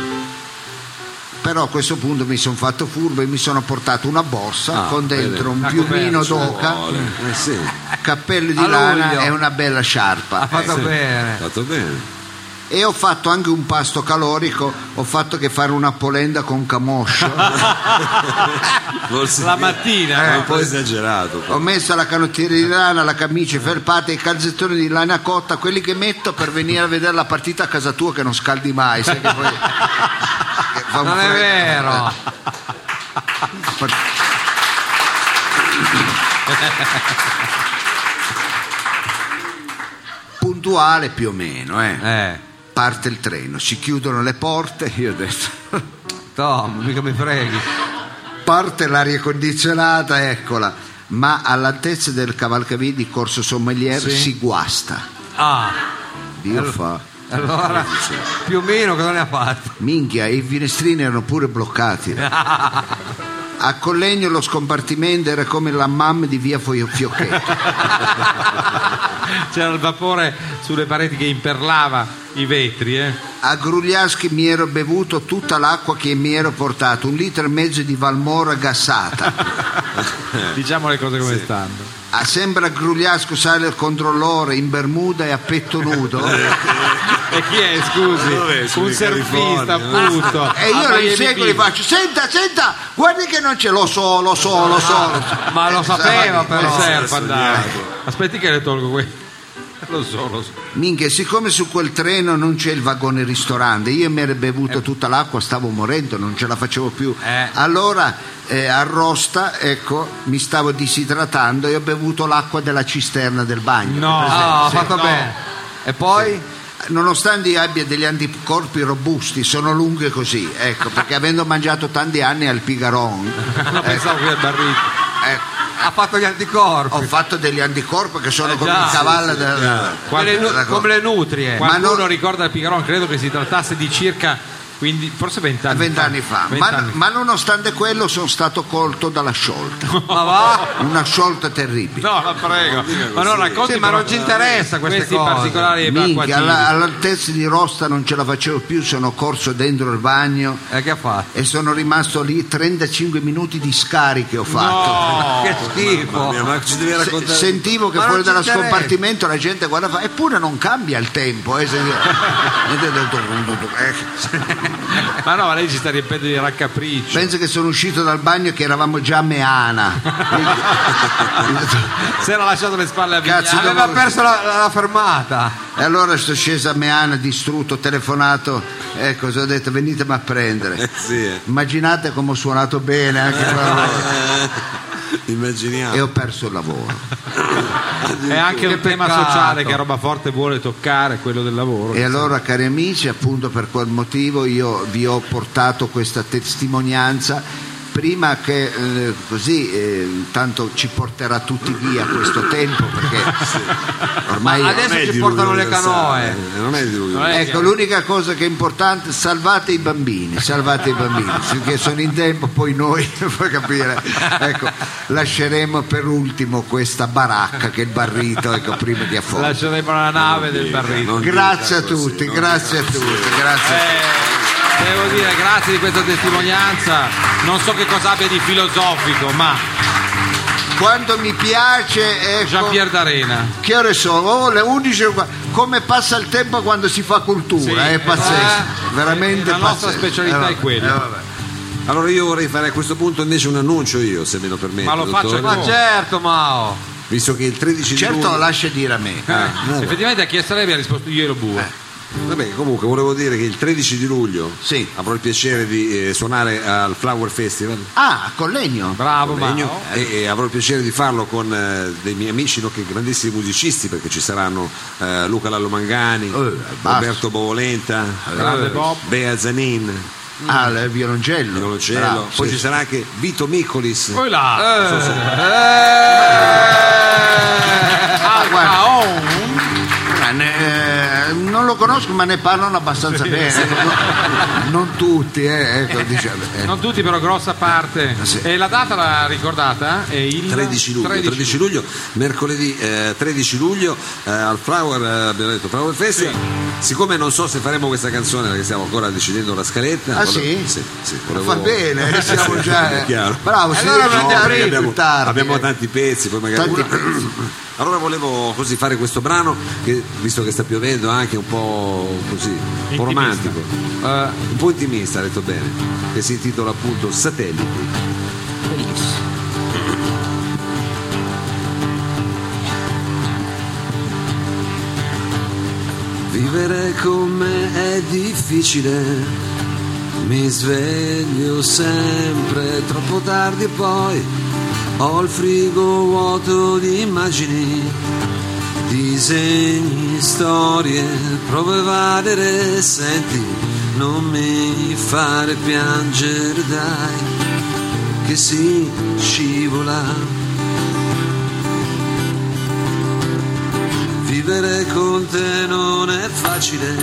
però a questo punto mi sono fatto furbo e mi sono portato una borsa Ah, con dentro un Una piumino coperta, d'oca, Vuole. Eh sì, cappello di Oh. A lana luglio. e una bella sciarpa. ha fatto Eh, sì. ha bene fatto bene. e ho fatto anche un pasto calorico, ho fatto che fare una polenda con camoscio, Forse La mattina, è eh. un po' esagerato. ho però. messo la canottiera di lana, la camicia felpata, i calzettoni di lana cotta, quelli che metto per venire a vedere la partita a casa tua che non scaldi mai, sai che poi... che fa un non è freddo. vero Puntuale più o meno, eh. eh Parte il treno, si chiudono le porte, io ho detto... Tom mica mi freghi Parte l'aria condizionata, eccola, ma all'altezza del cavalcavì di Corso Sommelier si guasta. ah Dio fa... allora più o meno cosa ne ha fatto Minchia, i finestrini erano pure bloccati. A Collegno lo scompartimento era come la mam di via Fio- Fiocchetto. c'era il vapore sulle pareti che imperlava i vetri. Eh. A Grugliaschi mi ero bevuto tutta l'acqua che mi ero portato, un litro e mezzo di Valmora gassata. Diciamo le cose come stanno. A sembra Grugliasco sale il controllore in bermuda e a petto nudo. E chi è, scusi? Dov'è? Sono Un in surfista, California. appunto. Ah, E Ah, eh, io A lo Miami inseguo e gli Beach. faccio: Senta, senta, guardi che non c'è, lo so, lo so, lo so. lo so." ma lo Eh, sapeva sai, però Il surf era andava. sognato. Aspetti che le tolgo questo. Lo so, lo so. Minchia, siccome su quel treno non c'è il vagone ristorante, io mi ero Eh. bevuto tutta l'acqua, stavo morendo, non ce la facevo più. Eh. Allora eh, a Rosta, ecco, mi stavo disidratando e ho bevuto l'acqua della cisterna del bagno. No, ah ha sì, fatto no. bene e poi Nonostante io abbia degli anticorpi robusti, sono lunghe così, ecco, perché avendo mangiato tanti anni al pigaron, No, pensavo che al barrito. ecco, Eh, ha fatto gli anticorpi ho fatto degli anticorpi che sono Eh, come già, il sì, cavallo del... come le, nu- della cosa. come le nutrie Ma Qualcuno non- ricorda il Picaron, credo che si trattasse di circa Quindi forse vent'anni vent'anni fa. Ma, Vent'anni fa. ma nonostante quello sono stato colto dalla sciolta. Ma va? Una sciolta terribile. No, la prego. Ma no, racconti, Sì, ma però, non ci interessa queste questi cose. particolari Minchia, evacuativi. alla- all'altezza di Rosta non ce la facevo più, sono corso dentro il bagno Eh, E che ha fatto? e sono rimasto lì 35 minuti di scariche ho fatto. No. che schifo. Mia, ma ci devi Se- raccontare. sentivo che Ma fuori non ci dallo interessa. scompartimento la gente guardava, eppure non cambia il tempo. eh, se- eh, Ma no, ma lei ci sta riempendo di raccapriccio. Penso che sono uscito dal bagno che eravamo già a Meana. Si era lasciato le spalle a Vignale. Cazzo, Aveva dovevo- perso la, la- la fermata. E allora sono sceso a Meana, distrutto, telefonato, ecco, ho detto venitemi a prendere. Sì, eh. Immaginate come ho suonato bene anche quella volta. Immaginiamo. e ho perso il lavoro. È anche un tema peccato. Eh, sociale che roba forte vuole toccare, quello del lavoro. E allora, cari amici, appunto per quel motivo io vi ho portato questa testimonianza prima che eh, così eh, tanto ci porterà tutti via questo tempo perché ormai Ma adesso- Non è ci di portano lui le canoe. universale, Non è di lui. Non è- Ecco, l'unica cosa che è importante, salvate i bambini, salvate i bambini, perché sono in tempo, poi noi, puoi capire, ecco, lasceremo per ultimo questa baracca che è il barrito, ecco, prima di oh. affondare. Lasceremo la nave del barrito. non Grazie a dica così, tutti, non grazie a tutti, grazie. Eh, Devo dire grazie di questa testimonianza. Non so che cosa abbia di filosofico, ma Quando mi piace, ecco, Eh. Jean-Pierre D'Arena. che ore sono? Oh, le 11, come passa il tempo quando si fa cultura, Sì, è pazzesco, eh, veramente la nostra pazzesco. specialità è vabbè, quella. vabbè. Allora io vorrei fare a questo punto invece un annuncio io, se me lo permette. Ma lo faccio dottore. con- Ma No. certo, Mao. Visto che il 13 di Certo, luglio... lascia dire a me. vabbè. Effettivamente a chi sarebbe ha risposto io e lo Eh, bue. Vabbè, comunque volevo dire che il 13 di luglio Sì. avrò il piacere di eh, suonare al Flower Festival. Ah, con legno. Bravo, ma Legno, e, e avrò il piacere di farlo con eh, dei miei amici no, che grandissimi musicisti perché ci saranno eh, Luca Lallomangani, al basso. Roberto Bovolenta, Grande eh, Bob. Bea Zanin, Ah, il violoncello. Violoncello. Bravo, poi sì. ci sarà anche Vito Micolis. Poi là. Eh. Non so se- Ah, guarda, Ah, oh. Ma Ah, ne- eh, non lo conosco, ma ne parlano abbastanza bene. Non- Non tutti, eh, ecco, diciamo, eh. Non tutti, però grossa parte. Sì. E la data l'ha ricordata? È il 13 luglio, 13 luglio, mercoledì eh, 13 luglio eh, al Flower, eh, abbiamo detto Flower Festival. Siccome non so se faremo questa canzone perché stiamo ancora decidendo la scaletta. Ah, volevo- sì? Sì, sì, volevo- Fa bene, eh, siamo già. È chiaro. Bravo, E sì, allora No, ci non siamo perché apri più abbiamo, tardi. abbiamo tanti pezzi, poi magari Tanti una- Allora volevo così fare questo brano che visto che sta piovendo anche un po' così, un po' Intimista. romantico, eh, un po' intimista, ha detto bene, che si intitola appunto Satelliti. Vivere con me è difficile, mi sveglio sempre troppo tardi e poi ho il frigo vuoto di immagini, disegni, storie, prove valere, senti, non mi fare piangere dai, che si scivola Vivere con te non è facile,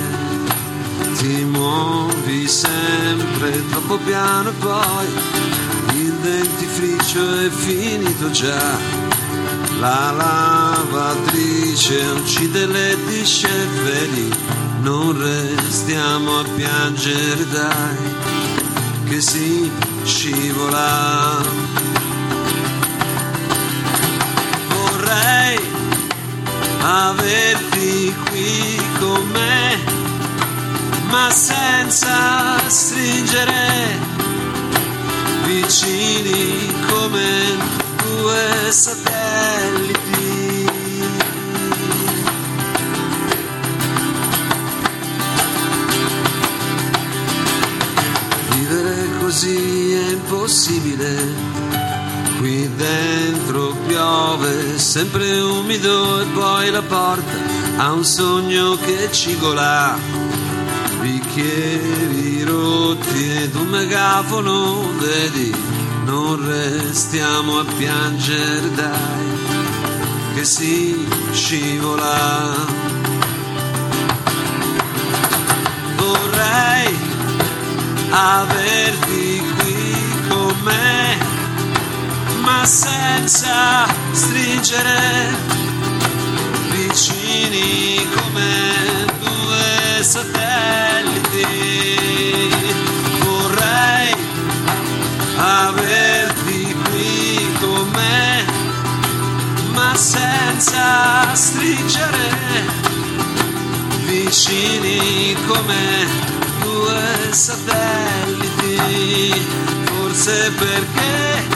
ti muovi sempre troppo piano e poi il dentifricio è finito già. La lavatrice uccide le disce vedi, non restiamo a piangere dai, che si scivola. Vorrei averti qui con me, ma senza stringere vicini come due satelliti. Vivere così è impossibile. Qui dentro piove, sempre umido e poi la porta ha un sogno che cigola. Bicchieri rotti ed un megafono, vedi, non restiamo a piangere, dai, che si scivola. Vorrei averti qui con me, ma senza stringere vicini come due satelliti. Vorrei averti qui con me, ma senza stringere vicini come due satelliti. Forse perché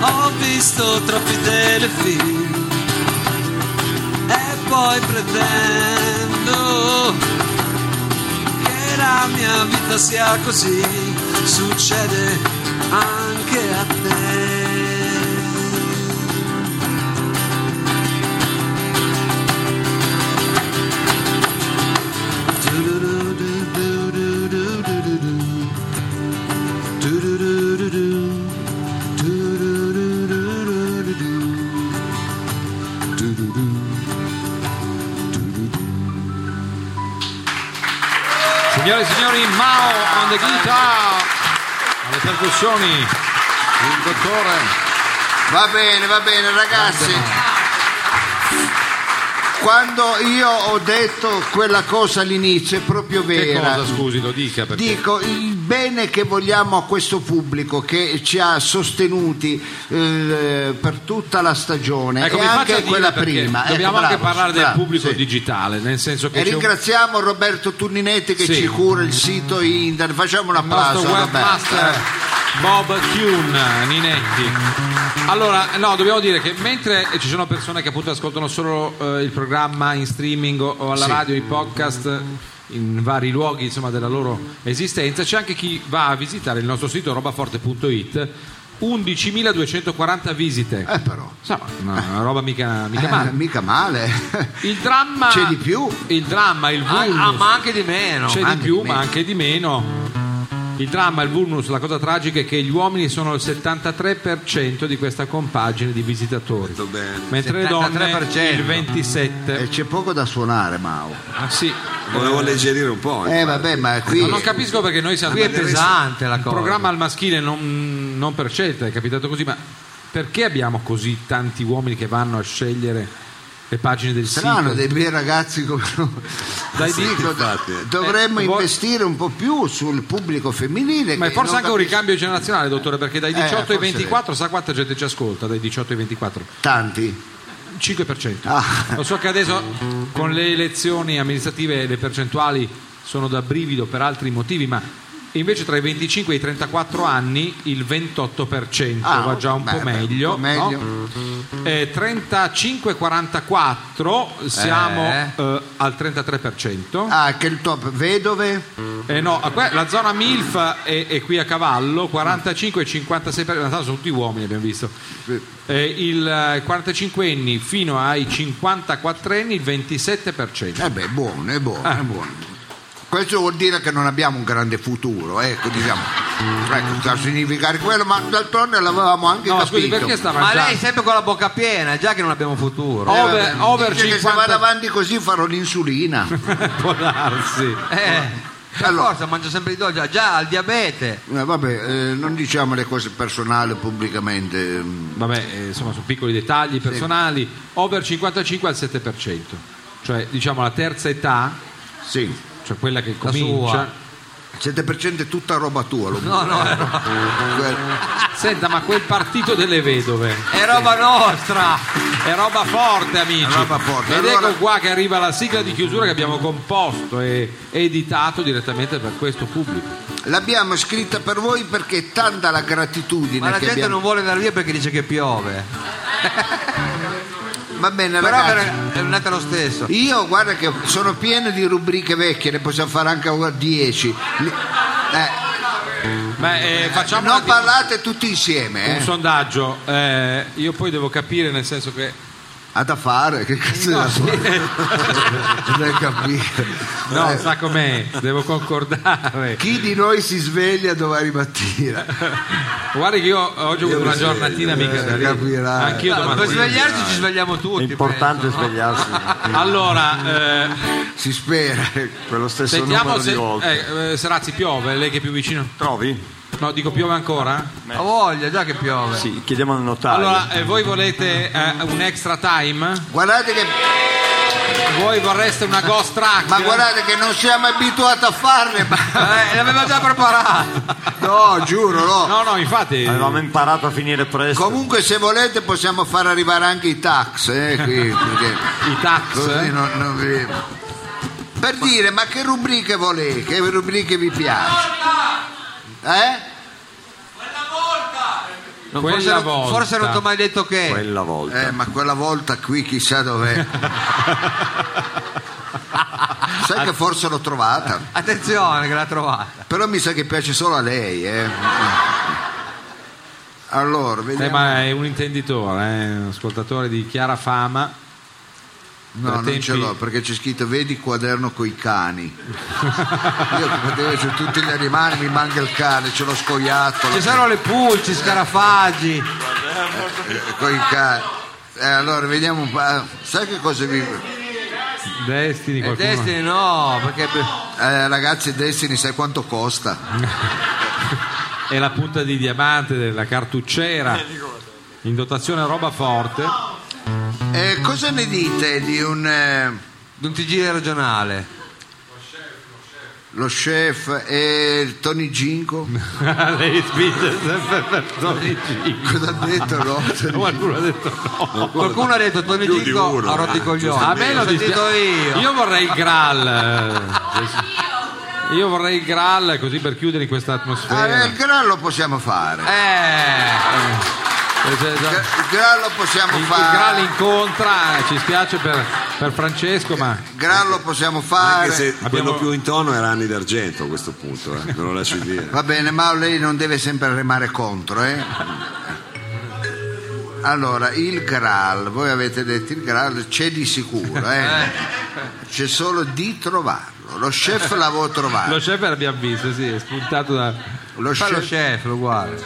ho visto troppi telefilm e poi pretendo che la mia vita sia così. Succede anche a te. Signore e signori, Mao on the guitar, alle percussioni, il dottore. Va bene, va bene ragazzi. Quando io ho detto quella cosa all'inizio è proprio Che vera. cosa, scusi, lo dica perché... Dico il bene che vogliamo a questo pubblico che ci ha sostenuti eh, per tutta la stagione Ecco, e mi faccia anche dire quella perché prima. Ecco, Dobbiamo anche bravo, parlare del bravo, pubblico sì. digitale, nel senso che E c'è un- ringraziamo Roberto Turninetti che Sì. ci cura il sito internet. Facciamo un il nostro applauso. a webmaster Roberto. Bob Kuhn Ninetti. Allora, no, dobbiamo dire che mentre ci sono persone che appunto ascoltano solo eh, il programma in streaming o, o alla radio, i podcast in vari luoghi insomma della loro esistenza, c'è anche chi va a visitare il nostro sito robaforte.it 11.240 visite. Eh, però. Insomma, una, una roba mica, mica Eh, male. mica male. Il dramma C'è di più. Il dramma, il Ah, vulnus. ah, ma anche di meno. C'è di anche più, di ma meno. anche di meno. Il dramma, il vulnus, la cosa tragica è che gli uomini sono il 73% di questa compagine di visitatori, Molto bene. mentre le donne 73%. il 27%. Eh, c'è poco da suonare, Mao. Ah, sì. Volevo alleggerire un po'. Eh vabbè, ma qui Ma non capisco perché noi siamo Qui è pesante la Il cosa. programma al maschile non, non per scelta, è capitato così, ma perché abbiamo così tanti uomini che vanno a scegliere le pagine del strano sito? dei miei ragazzi come Dai, Sì, dico, infatti. dovremmo Eh, vuoi- investire un po' più sul pubblico femminile. Ma è che forse non anche un capisce ricambio generazionale, dottore, perché dai Eh, 18 ai forse 24, sa quanta gente ci ascolta dai 18 ai 24? Tanti. 5%. Ah. Lo so che adesso con le elezioni amministrative le percentuali sono da brivido per altri motivi, ma invece tra i 25 e i 34 anni il 28% Ah, va già un beh, po' beh, meglio. un po' meglio. no? Eh, 35-44 siamo Eh. eh, al 33%. Ah, che il top vedove? Eh no, a que- la zona MILF è, è qui a cavallo, 45 e 56 per- in realtà sono tutti uomini abbiamo visto. Eh, il 45 anni fino ai 54 anni il 27%. Eh beh, buono, è buono, Ah. è buono. Questo vuol dire che non abbiamo un grande futuro, ecco, diciamo. Ecco, sta a significare quello, ma d'altronde l'avevamo anche No, capito. scusi, perché stava Ma già lei sempre con la bocca piena, è già che non abbiamo futuro. Eh, vabbè, over, over dice che se 50 vado avanti così farò l'insulina. può darsi. Eh, per Allora. forza mangio sempre di dolce, ha già al diabete. Eh, vabbè, eh, non diciamo le cose personali pubblicamente. mm. Vabbè, eh, insomma, sono piccoli dettagli personali. Over 55 al 7%. Cioè, diciamo la terza età, Sì, cioè quella che sua. comincia. il 7% è tutta roba tua. Lo No, no, è ro- Que- Senta, ma quel partito delle vedove è roba nostra. È roba forte, amici. È roba forte. Ed Allora- ecco qua che arriva la sigla di chiusura che abbiamo composto e editato direttamente per questo pubblico. L'abbiamo scritta per voi perché è tanta la gratitudine Ma la che gente abbiamo. non vuole andare via perché dice che piove. Va bene, Però ragazzi. per- è andata lo stesso. Io guarda che sono pieno di rubriche vecchie, ne possiamo fare anche 10. Le- eh, Ma eh, facciamo un non attimo parlate tutti insieme, un eh. sondaggio. Eh, io poi devo capire, nel senso che Ha da fare, che cazzo è da fare? Non hai capito. No, Eh, sa com'è, devo concordare. chi di noi si sveglia domani mattina? Guarda che io oggi ho avuto una sveglio, giornatina mica eh, da ridere. capirai. Anch'io No, per domani. svegliarci ci svegliamo tutti. L'importante è penso, no? svegliarsi. Allora, eh, Si spera. per lo stesso sentiamo numero se di volte. eh, eh, Serazzi piove, lei che è più vicino. Trovi? No, dico piove ancora? Ha voglia, già che piove. Sì, chiediamo al notaio. Allora, eh, voi volete eh, un extra time? Guardate che, Voi vorreste una ghost track? ma guardate che non siamo abituati a farle. ma- Eh, l'aveva già preparato. No, giuro, no. No, no, infatti. Avevamo imparato a finire presto. Comunque, se volete, possiamo far arrivare anche i tax. eh, qui, perché I tax. così eh. non- non vi- Per dire, ma che rubriche volete? Che rubriche vi piace? Eh? Non, Quella forse, non, volta. forse non ti ho mai detto che. Quella volta. Eh, ma quella volta qui chissà dov'è. Sai che forse l'ho trovata, Attenzione che l'ha trovata. però mi sa che piace solo a lei. eh. Allora, Eh, vediamo. ma è un intenditore, eh, un ascoltatore di chiara fama. No, per non tempi- ce l'ho perché c'è scritto vedi quaderno coi cani. Io che potevo su tutti gli animali, mi manca il cane, ce l'ho scoiattolo. Ci sono le pulci, scarafaggi. Coi cani. Eh, allora vediamo un po'. ah, Sai che cosa vi. Destini, E qualcuno. destini no, perché Eh, ragazzi Destiny, sai quanto costa? È la punta di diamante della cartucciera. In dotazione roba forte. Eh, cosa ne dite di un. eh, non ti giri regionale. lo chef e il Tony Ginko? Lei spinge sempre per 12. Cosa ha detto? No? Qualcuno ha detto no. Qualcuno ha detto Tony Più di Gico uno, ha rotto i eh, coglioni. A me lo L'ho sentito dispia- io. Io vorrei il Graal. eh. Io vorrei il Graal così per chiudere in questa Ah, beh, atmosfera. il gran lo possiamo fare. Eh, Eh, cioè, già- Il gran lo possiamo Il, il fare. Graal incontra, eh, ci spiace per, per Francesco, ma Gran lo possiamo fare. Anche se abbiamo- quello più in tono era Anni d'Argento a questo punto, eh, ve lo lascio dire. Va bene, ma lei non deve sempre remare contro, eh? Allora, il Graal, voi avete detto il Graal c'è di sicuro, eh? C'è solo di trovarlo. Lo chef l'avevo lo trovato. chef l'abbiamo visto, sì, è spuntato da... Lo fa lo chef- chef, lo guarda.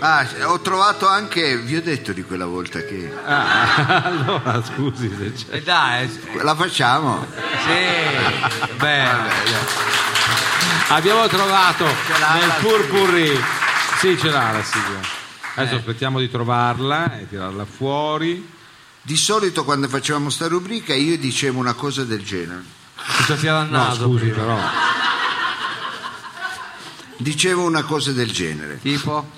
Ah, ho trovato anche, vi ho detto di quella volta che Ah, allora scusi se c'è. E dai, eh, sì. la facciamo. Bene. Abbiamo trovato nel purpurri. Sì, ce l'ha la sigla. Adesso Eh. aspettiamo di trovarla e tirarla fuori. Di solito quando facevamo sta rubrica io dicevo una cosa del genere. Ti soffiava il No, naso. scusi prima. però. Dicevo una cosa del genere. Tipo?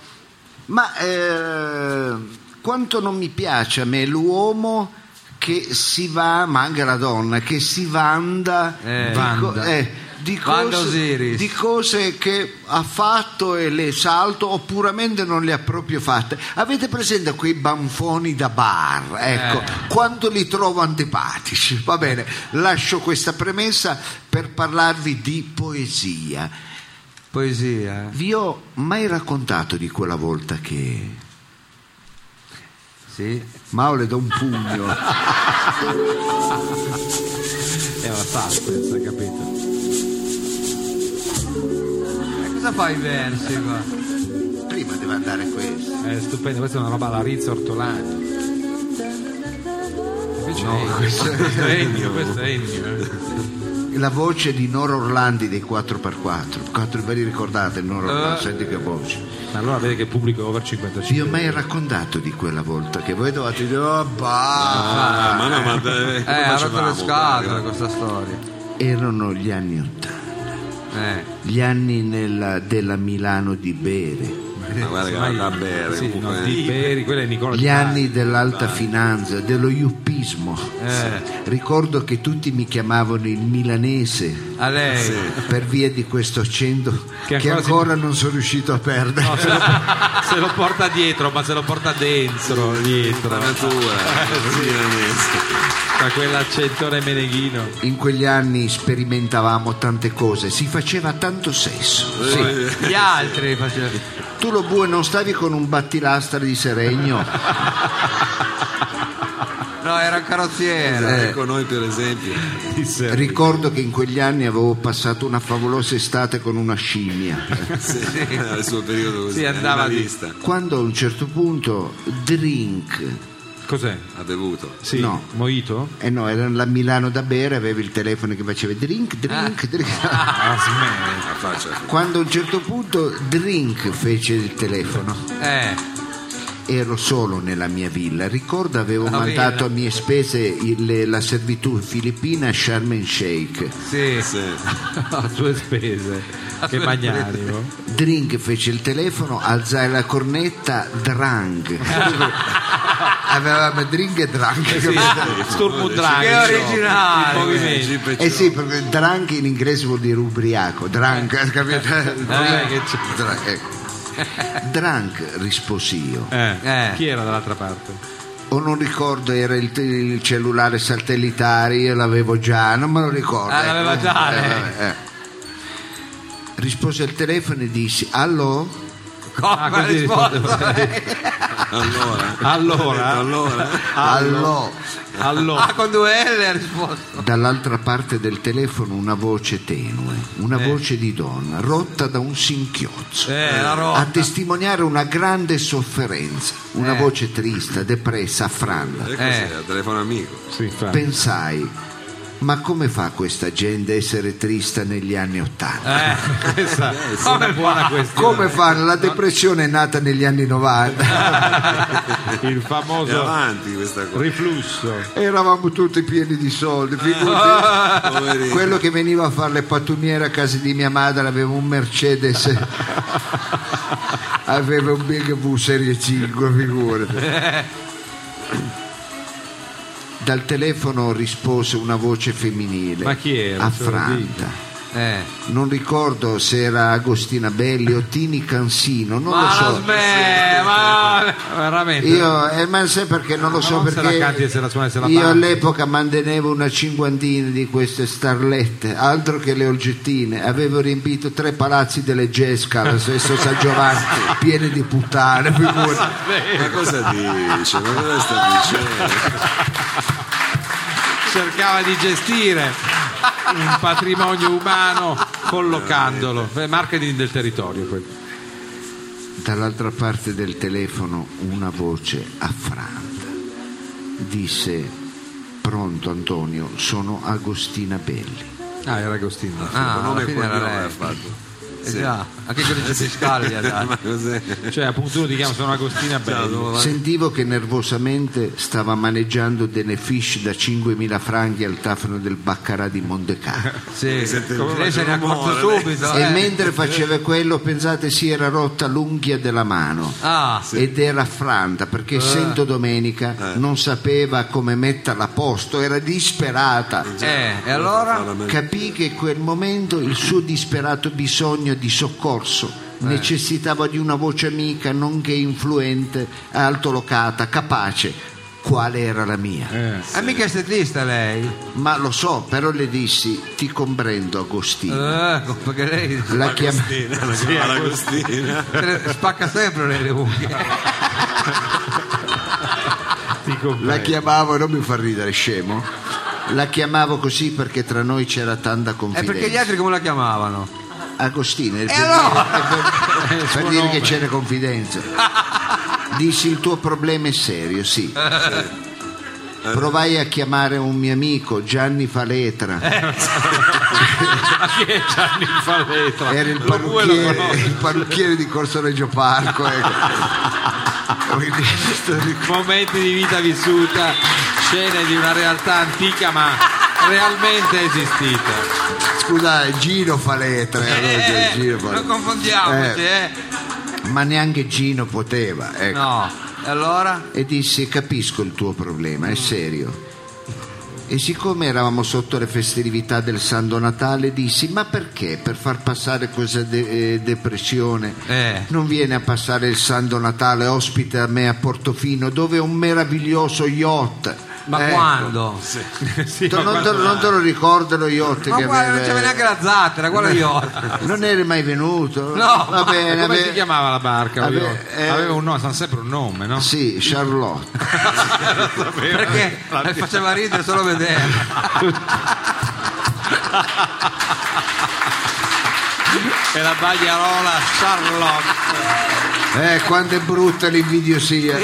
Ma eh, quanto non mi piace a me l'uomo che si va, ma anche la donna, che si vanda Eh, di, co- vanda. eh, di Vanda cose, Osiris. di cose che ha fatto e le salto o puramente non le ha proprio fatte. Avete presente quei banfoni da bar? Ecco, Eh. quanto li trovo antipatici. Va bene, lascio questa premessa per parlarvi di poesia. Poesia. eh. Vi ho mai raccontato di quella volta che... Sì. Mao le do un pugno. È la suspense, hai capito? Eh, Cosa fai i versi qua? Prima deve andare questo. È stupendo, questa è una roba alla Rizzo Ortolani. Invece no, questo, è Ennio, questo è eh. Ennio. La voce di Noro Orlandi dei 4x4. Quattro, ve li ricordate Noro Orlandi? Senti che voce. Ma allora vede che il pubblico è over 55. Eh. Vi ho mai raccontato di quella volta che voi dovete dire oh bah. Ah, ma no, ma eh, come Eh, ha rotto le facevamo? scatole questa storia. Erano gli anni Ottanta. Eh. Gli anni nella- della Milano di bere. Ma guarda che va a bere. Sì, no, comunque, eh. di Peri, quello è Nicola Gli Di Bari. anni dell'alta finanza, dello yuppismo. Ricordo che tutti mi chiamavano il milanese. A lei. per via di questo accento che Che ancora, ancora si- non sono riuscito a perdere. No, se lo, se lo porta dietro, ma se lo porta dentro, dietro. eh, Natura, eh, milanese. Da quell'accentone meneghino. In quegli anni sperimentavamo tante cose, si faceva tanto sesso. Eh, Gli altri facevano. Tu Certo. lo bue non stavi con un battilastra di Seregno? No, era un carrozziere. Ecco noi per esempio. Ricordo che in quegli anni avevo passato una favolosa estate con una scimmia. Sì, era il suo periodo così. Sì, andava di- animalista. Quando a un certo punto Drink Cos'è? Ha bevuto. Sì. No. Moito? Eh no, era la Milano da bere, avevi il telefono che faceva drink, drink, drink. Ah, smetti. La faccia. Quando a un certo punto drink fece il telefono. Eh, Ero solo nella mia villa. Ricordo avevo Ah, La mandato villa. a mie spese il- la servitù filippina a Sharm el Sheikh. sì. Ah, Sì. a sue spese. Che magnanimo. Drink fece il telefono, alzai la cornetta, drang. Avevamo drink e drang. Eh capito? Sturmudrang. Che originale. Il movimento. Jeep e Eh sì, perché drunk in inglese vuol dire ubriaco, drunk, Eh, capito? che c'è? Drunk, ecco. Drunk, risposi io. Eh, Eh. Chi era dall'altra parte? O non ricordo, era il, te- il cellulare satellitare, io l'avevo già, non me lo ricordo. Ah, l'aveva ecco. già, Eh, lei. vabbè, eh. Ecco, Rispose al telefono e dissi, allo? Come Ah, così risposta? Allora. Allora, Allora. Allo. allora. Ah, con due L ha risposto. Dall'altra parte del telefono una voce tenue, una voce di donna, rotta da un sinchiozzo. Eh, la a Ah, roba. testimoniare una grande sofferenza, una Eh. voce triste, depressa, affranta. E cos'era? Telefono amico. Sì, infatti. Pensai, ma come fa questa gente a essere trista negli anni Ottanta? Eh, questa è una Come buona fa? questione. Come fa? La depressione è nata negli anni 90, Il E famoso avanti questa cosa. riflusso. eravamo tutti pieni di soldi, Ah. figurati. Poverino. Quello che veniva a fare le pattumiere a casa di mia madre aveva un Mercedes, aveva un Big V Serie 5, figurati. Dal telefono rispose una voce femminile, Ma chi era? affranta. Eh. Non ricordo se era Agostina Belli o Tini Cansino, non lo Ma so. non smetti, ma veramente. Io, eh, ma sai perché non lo so non se perché la canti e se la suoni e se la io balli. all'epoca mantenevo una cinquantina di queste starlette, altro che le oggettine. Avevo riempito tre palazzi delle Gesca, lo stesso San Giovanni, pieni di puttane. figurati. Ma cosa dice? Ma cosa sta dicendo? Cercava di gestire un patrimonio umano collocandolo. Eh, Marketing del territorio. quello. Dall'altra parte del telefono una voce affranta disse: Pronto Antonio, sono Agostina Belli. Ah, era Agostino. Ah, Il nome alla e fine era cognome lei. ha fatto. Eh già, anche con Eh, i eh, fiscali ha dato. Ma cos'è? Cioè, appunto, uno ti chiama sono Agostina Belli. Sentivo che nervosamente stava maneggiando delle fish da 5.000 franchi al tafano del Baccarà di Mondecarlo. Sì, Sente- lei se ne è accorto rumore, lei. subito. E eh. mentre faceva quello, pensate, si era rotta l'unghia della mano. Ah, Ed era affranta perché essendo Eh. domenica non sapeva come metterla a posto, era disperata. eh, e allora? Capì che in quel momento il suo disperato bisogno di soccorso Eh. necessitava di una voce amica, nonché influente, altolocata, capace, quale era la mia. Eh. Ah, mica è estetista lei. Ma lo so, però le dissi, ti comprendo Agostino. Eh, perché lei La chiam- La chiamava Agostina. se le- spacca sempre lei le unghie. Ti comprendo. La chiamavo, non mi fa ridere, scemo. La chiamavo così perché tra noi c'era tanta Eh, confidenza. perché gli altri come la chiamavano? Agostino, è il Eh, per- allora! è per, il per suo dire nome. che c'era confidenza. Dissi il tuo problema è serio, sì. Provai a chiamare un mio amico, Gianni Faletra, Ma chi è Gianni Faletra? era il Lo due lo parrucchiere, conosco. il parrucchiere di Corso Reggio Parco. ecco. Quindi, sto ricordando. Momenti di vita vissuta, scene di una realtà antica ma realmente esistita. Scusa, Gino Faletra. eh, Gino non Faletra. confondiamoci, eh. Ma neanche Gino poteva, ecco. No, e allora? e dissi capisco il tuo problema, Mm. è serio. E siccome eravamo sotto le festività del Santo Natale, dissi ma perché per far passare questa de- eh, depressione Eh. non viene a passare il Santo Natale ospite a me a Portofino dove ho un meraviglioso yacht Ma Eh, quando? Sì, Tu- non, te, non te lo ricordano io te Ma che Eh. guarda, me- non c'è neanche la zattera, guarda io. non eri mai venuto No, va bene come va si bene. chiamava la barca? Vabbè, Io- eh. Aveva un nome, sta sempre un nome, no? sì Charlotte Perché eh, faceva ridere solo vedere. E la bagliarola Charlotte. eh quanto è brutta l'invidiosia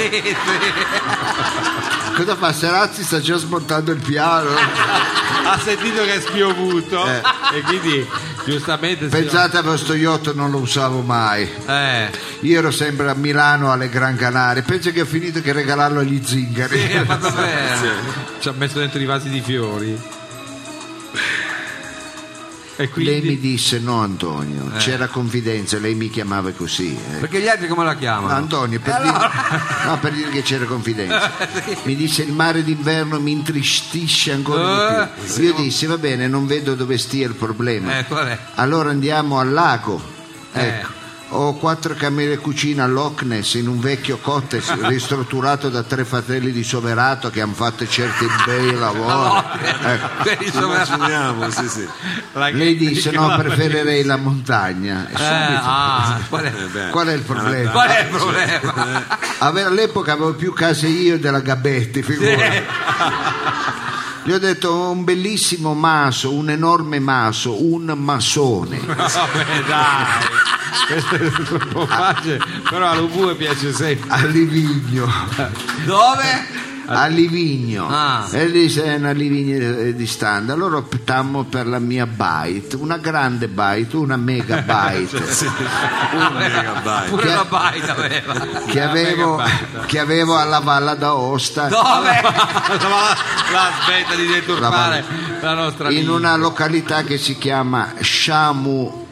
cosa fa Serazzi sta già smontando il piano Ha sentito che è spiovuto Eh. e quindi giustamente si- pensate a questo yacht non lo usavo mai Eh, io ero sempre a Milano alle Gran Canarie penso che ho finito che regalarlo agli zingari sì, ha fatto bene. ci ha messo dentro i vasi di fiori. E Lei mi quindi disse no Antonio, c'era confidenza, lei mi chiamava così. eh. Perché gli altri come la No, chiamano? Antonio, per, dire... no, per dire che c'era confidenza. Mi disse il mare d'inverno mi intristisce ancora di più. Io dissi va bene, non vedo dove stia il problema. Ah, Eh, qual è? Allora andiamo al lago. Eh. Ecco. Ho quattro camere cucina all'Ockness in un vecchio cottage ristrutturato da tre fratelli di Soverato che hanno fatto certi bei lavori. Ecco. Quelli insomma- Immaginiamo, sì, sì. la- Lei disse no, preferirei la montagna. E Eh, subito, ah, qual è? Eh, beh. Qual è il problema? Qual è il problema? Ave- all'epoca avevo più case io della Gabetti, figura. Gli ho detto un bellissimo maso, un enorme maso, un masone. Vabbè, dai. Questo è troppo facile, però a Lubu piace sempre. A Livigno, Dove? a Livigno, Ah. e lì se è una Livigno eh, distante. Allora optammo per la mia bite, una grande bite, una mega bite, Un megabyte. Pure la baita aveva. che, avevo, che avevo alla Valla d'Aosta. Dove? la, la smetta di deturpare la, nostra in lingua. una località che si chiama Shamu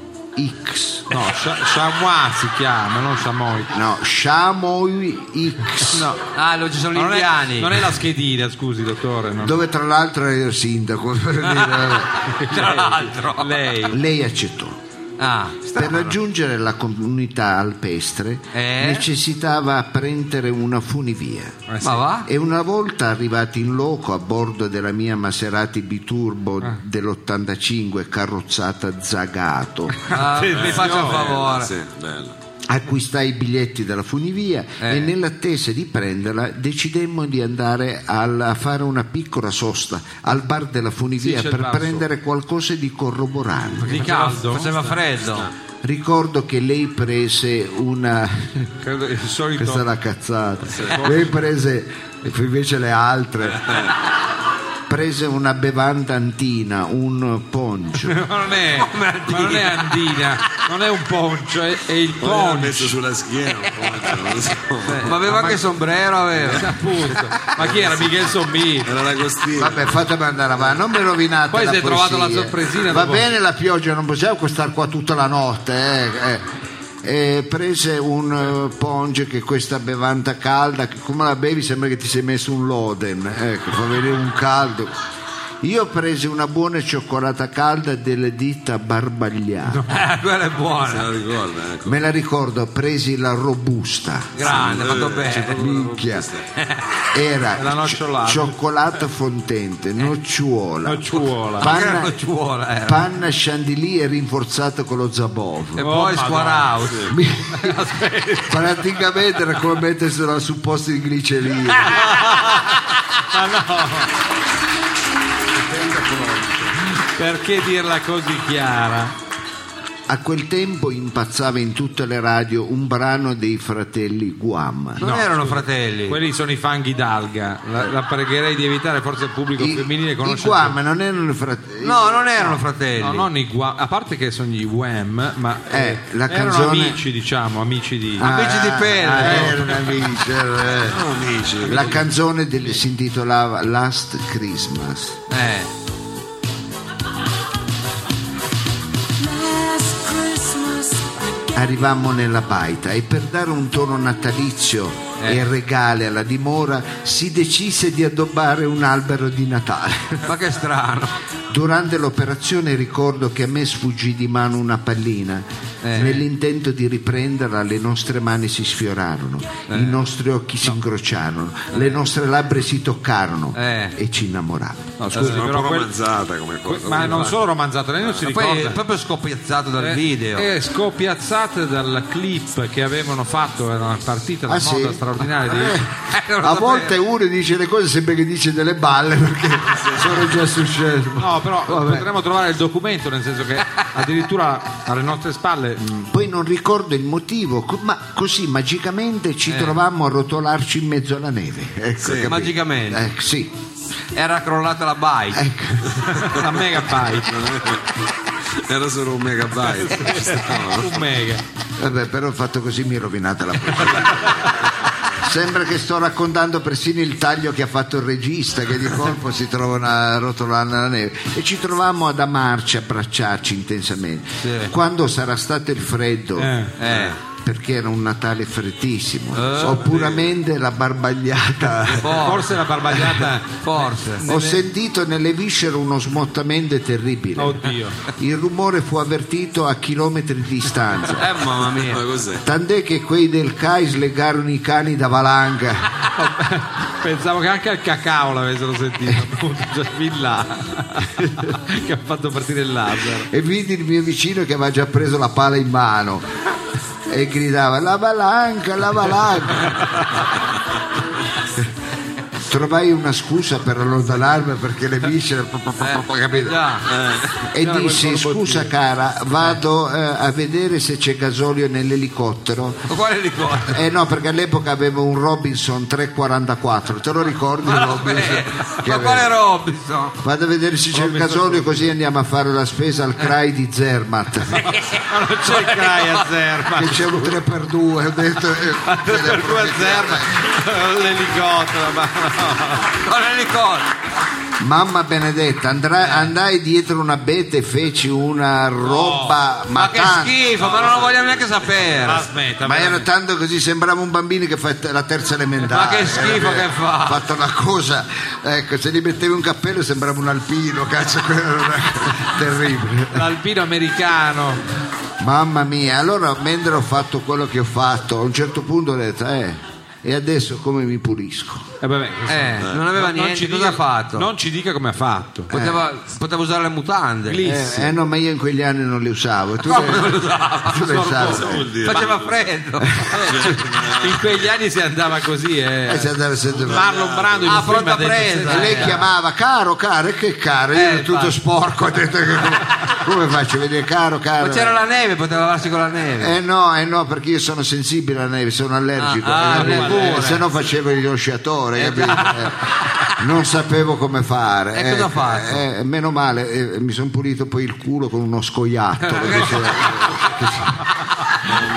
X. No, Sha- Chamois si chiama, non Chamois. No, Shamu X. Ah, non ci sono Ma gli Non è, indiani. non è la schedina, scusi dottore. no. Dove tra l'altro era il sindaco. per dire, vabbè. Tra l'altro. Lei. Lei accettò. Ah, Per raggiungere la comunità alpestre Eh? necessitava prendere una funivia. Eh sì. ma va? E una volta arrivati in loco a bordo della mia Maserati biturbo dell'85 carrozzata Zagato, Ah, mi faccia un favore. Sì, bello. acquistai i biglietti della funivia Eh. e nell'attesa di prenderla decidemmo di andare al- a fare una piccola sosta al bar della funivia Sì, c'è il per bar prendere qualcosa di corroborante. Di Faceva- caldo? Faceva freddo. Ricordo che lei prese una Credo il solito. questa è la cazzata. Lei prese invece le altre Eh. prese una bevanda antina, un poncio. Ma non è, ma non è andina, non è un poncio, è, è il Poi l'ha poncio. messo sulla schiena, un poncio, non lo so. Eh, Ma aveva anche sombrero, aveva. Appunto. Ma chi era? Michel Sommi. Era l'Agostino. Vabbè, fatemi andare avanti, non mi rovinate. Poi la si è poesia. trovato la sorpresina Va dopo. bene la pioggia, non possiamo stare qua tutta la notte. eh, eh. E prese un eh, ponge che questa bevanda calda, che come la bevi sembra che ti sei messo un loden, ecco, fa venire un caldo. Io presi una buona cioccolata calda delle dita Barbagliano. Eh, quella è Se buona. la ricorda, ecco. Me la ricordo, presi la robusta. Grande, ha fatto bene. Minchia. Era La nocciolata. ci- cioccolata fontente, nocciola. Nocciola. Era Panna, nocciola, era. panna chantilly e rinforzato con lo E zabov. poi squarao. Mi- Praticamente era come mettersi una supposta di glicerina. Perché dirla così chiara? A quel tempo impazzava in tutte le radio un brano dei fratelli Guam. Non No, erano fratelli. Quelli sono i fanghi d'alga. La, la pregherei di evitare, forse il pubblico I, femminile i conosce. Guam non erano fratelli. No, non erano fratelli. No, non i Guam, a parte che sono gli Wham, ma Eh, la erano canzone- Ah, eh. amici, diciamo, amici di... amici di pelle. erano amici, erano- No, amici. La canzone del- si intitolava Last Christmas. Eh. Arrivammo nella baita e per dare un tono natalizio e regale alla dimora si decise di addobbare un albero di Natale. Ma che strano. Durante l'operazione ricordo che a me sfuggì di mano una pallina Nell'intento di riprenderla le nostre mani si sfiorarono, i nostri occhi si incrociarono, le nostre labbra si toccarono Eh. e ci innamorammo. No, Scusi, scusi, è un però po' quel- romanzata come que- cosa. ma non solo romanzata, lei non si Ma Poi ricorda. è proprio scoppiazzato dal Eh, video. eh, scopiazzate dal clip che avevano fatto, era una partita da Ah, sì? moda straordinaria. Di... Eh, non lo A sapevo. volte uno dice le cose sembra che dice delle balle perché sono già successe. No, però Vabbè. potremmo trovare il documento, nel senso che addirittura alle nostre spalle. mm, mh, Poi non ricordo il motivo, co- ma così magicamente ci trovammo a rotolarci in mezzo alla neve. Ecco, capito? magicamente. Eh, sì, Era crollata la bike. ecco. Una megabyte, Era solo un megabyte. Ci stava, no? un mega. Vabbè, però fatto così mi rovinate la poesia. Sembra che sto raccontando persino il taglio che ha fatto il regista, che di colpo si trova una rotolana nella neve. E ci trovammo ad amarci, abbracciarci intensamente. Quando sarà stato il freddo, Eh. perché era un Natale freddissimo, ho puramente la barbagliata. Forse, Forse la barbagliata. forse. Ho sentito nelle viscere uno smottamento terribile. Oddio. Il rumore fu avvertito a chilometri di distanza. Eh mamma mia. Ma cos'è? Tant'è che quei del CAI slegarono i cani da valanga. Pensavo che anche al cacao l'avessero sentito, appunto, già fin là, che ha fatto partire il laser. E vidi il mio vicino che aveva già preso la pala in mano e gridava: La valanga, la valanga. Trovai una scusa per allontanarmi perché le viscere. capito? Già. E dissi: Scusa, cara, vado eh, a vedere se c'è gasolio nell'elicottero. Quale ricordo? Eh no, perché all'epoca avevo un Robinson 344, te lo ricordi il Robinson? Che Ah, Ma avevo? quale Robinson? Vado a vedere se c'è il gasolio così andiamo a fare la spesa al CRAI di Zermatt. Ma non c'è il crai a Zerma, Che c'è un 3x2, ho detto. eh, per cui a Zerma l'elicottero, ma Quale ricordo? Mamma benedetta, andra- andai dietro una bete e feci una roba ma, Ma che Ah, tanto- schifo, ma non lo vogliamo neanche sapere. aspetta, Ma era tanto così, sembrava un bambino che fa te- la terza elementare. Ma che schifo che fa. Ha fatto una cosa, ecco, se gli mettevi un cappello sembrava un alpino, cazzo, quello era una- terribile. l'alpino americano. Mamma mia, allora mentre ho fatto quello che ho fatto, a un certo punto ho detto, eh, e adesso come mi pulisco? Eh, vabbè, Eh, non aveva niente, ci dica- cosa ha fatto? Eh. Non ci dica come ha fatto. Poteva, poteva usare le mutande. Eh, Gliss. eh, no, ma io in quegli anni non le usavo. Tu le, tu le Cosa usavi. vuol dire? Eh, Faceva freddo. Eh. In quegli anni si andava così, eh. Eh, si andava senza- Marlon Brando in Ah, un film pronta del presa. E lei Eh. chiamava caro, caro, e che caro? Io Eh, ero tutto infatti. sporco, ho detto che come, come faccio a vedere caro, caro? Ma c'era la neve, poteva lavarsi con la neve. Eh no, eh no, perché io sono sensibile alla neve, sono allergico. Ah, ah, Eh, pure. eh, se no facevo il osciatore, capito? Eh, non sapevo come fare. E cosa Eh, ha fatto? eh, meno male, eh, mi sono pulito poi il culo con uno scoiattolo. Eh, che c'era.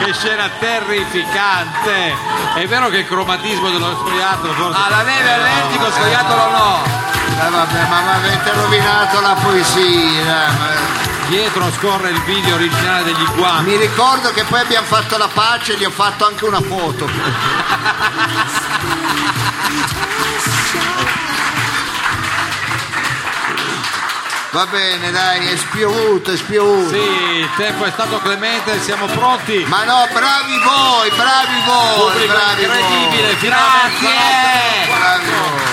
Che scena terrificante! È vero che il cromatismo dello Eh, scoiattolo forse. Ah, la neve è allergico, scoiattolo no. Eh, vabbè, ma mi avete rovinato la poesia. ma- Dietro scorre il video originale degli guanti. Mi ricordo che poi abbiamo fatto la pace e gli ho fatto anche una foto. Va bene, dai, è spiovuto, è spiovuto. Sì, il tempo è stato clemente, siamo pronti. Ma no, bravi voi, bravi voi, Pubblico bravi incredibile, voi. finalmente. Bravi voi.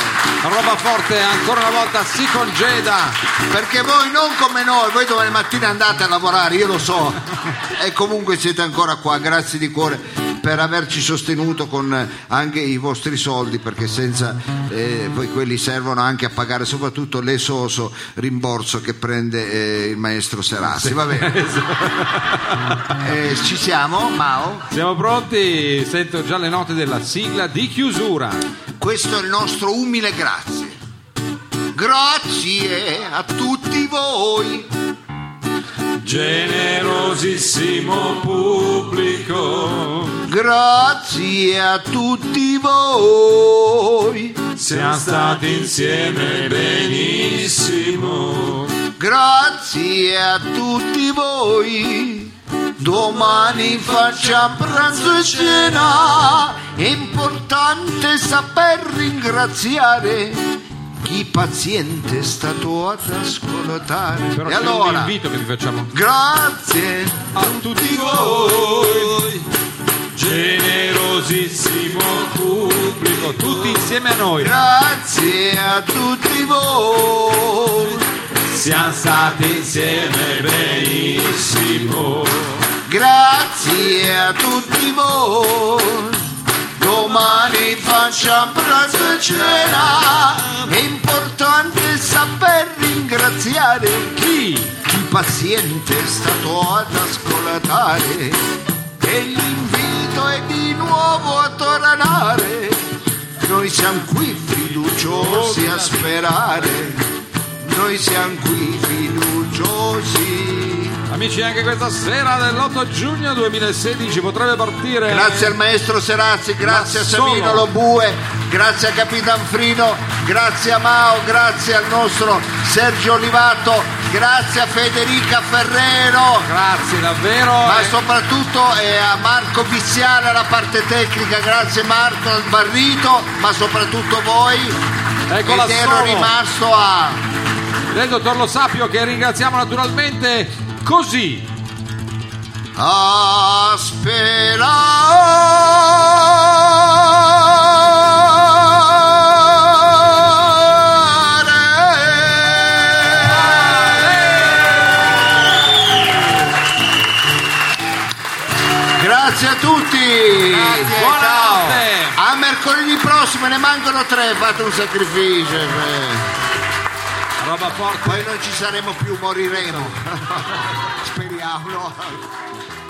Roba forte, ancora una volta si congeda. Perché voi non come noi, voi domani mattina andate a lavorare, io lo so. E comunque siete ancora qua, grazie di cuore per averci sostenuto con eh, anche i vostri soldi, perché senza eh, poi quelli servono anche a pagare soprattutto l'esoso rimborso che prende eh, il maestro Serassi. Va bene. Eh, ci siamo, Mao? Siamo pronti, sento già le note della sigla di chiusura. Questo è il nostro umile grazie. Grazie a tutti voi. Generosissimo pubblico, Grazie a tutti voi, siamo stati insieme benissimo. grazie a tutti voi. Domani facciamo pranzo e cena, è importante saper ringraziare Chi paziente è stato ad ascoltare. Però e c'è un allora, invito che vi facciamo. grazie A tutti voi, generosissimo pubblico, tutti insieme a noi. Grazie a tutti voi, Siamo stati insieme benissimo. grazie a tutti voi. Domani facciamo pranzo e cena, è importante saper ringraziare Chi? chi paziente è stato ad ascoltare e l'invito è di nuovo a tornare noi siamo qui fiduciosi a sperare noi siamo qui fiduciosi Amici, anche questa sera dell'8 giugno 2016 potrebbe partire. grazie al maestro Serazzi grazie a Ma solo- Savino Lobue grazie a Capitan Frino grazie a Mao grazie al nostro Sergio Olivato grazie a Federica Ferrero Grazie davvero. Ma Eh, soprattutto eh, a Marco Viziale alla parte tecnica, grazie Marco al barrito, ma soprattutto voi Eccola ed ero solo. rimasto a Ecco del dottor Lo Sapio che ringraziamo naturalmente così. a sperare. Grazie a tutti! Buonanotte. A mercoledì prossimo ne mancano tre, fate un sacrificio. eh. Roba forte. Certo. Poi non ci saremo più, moriremo. Speriamo. no?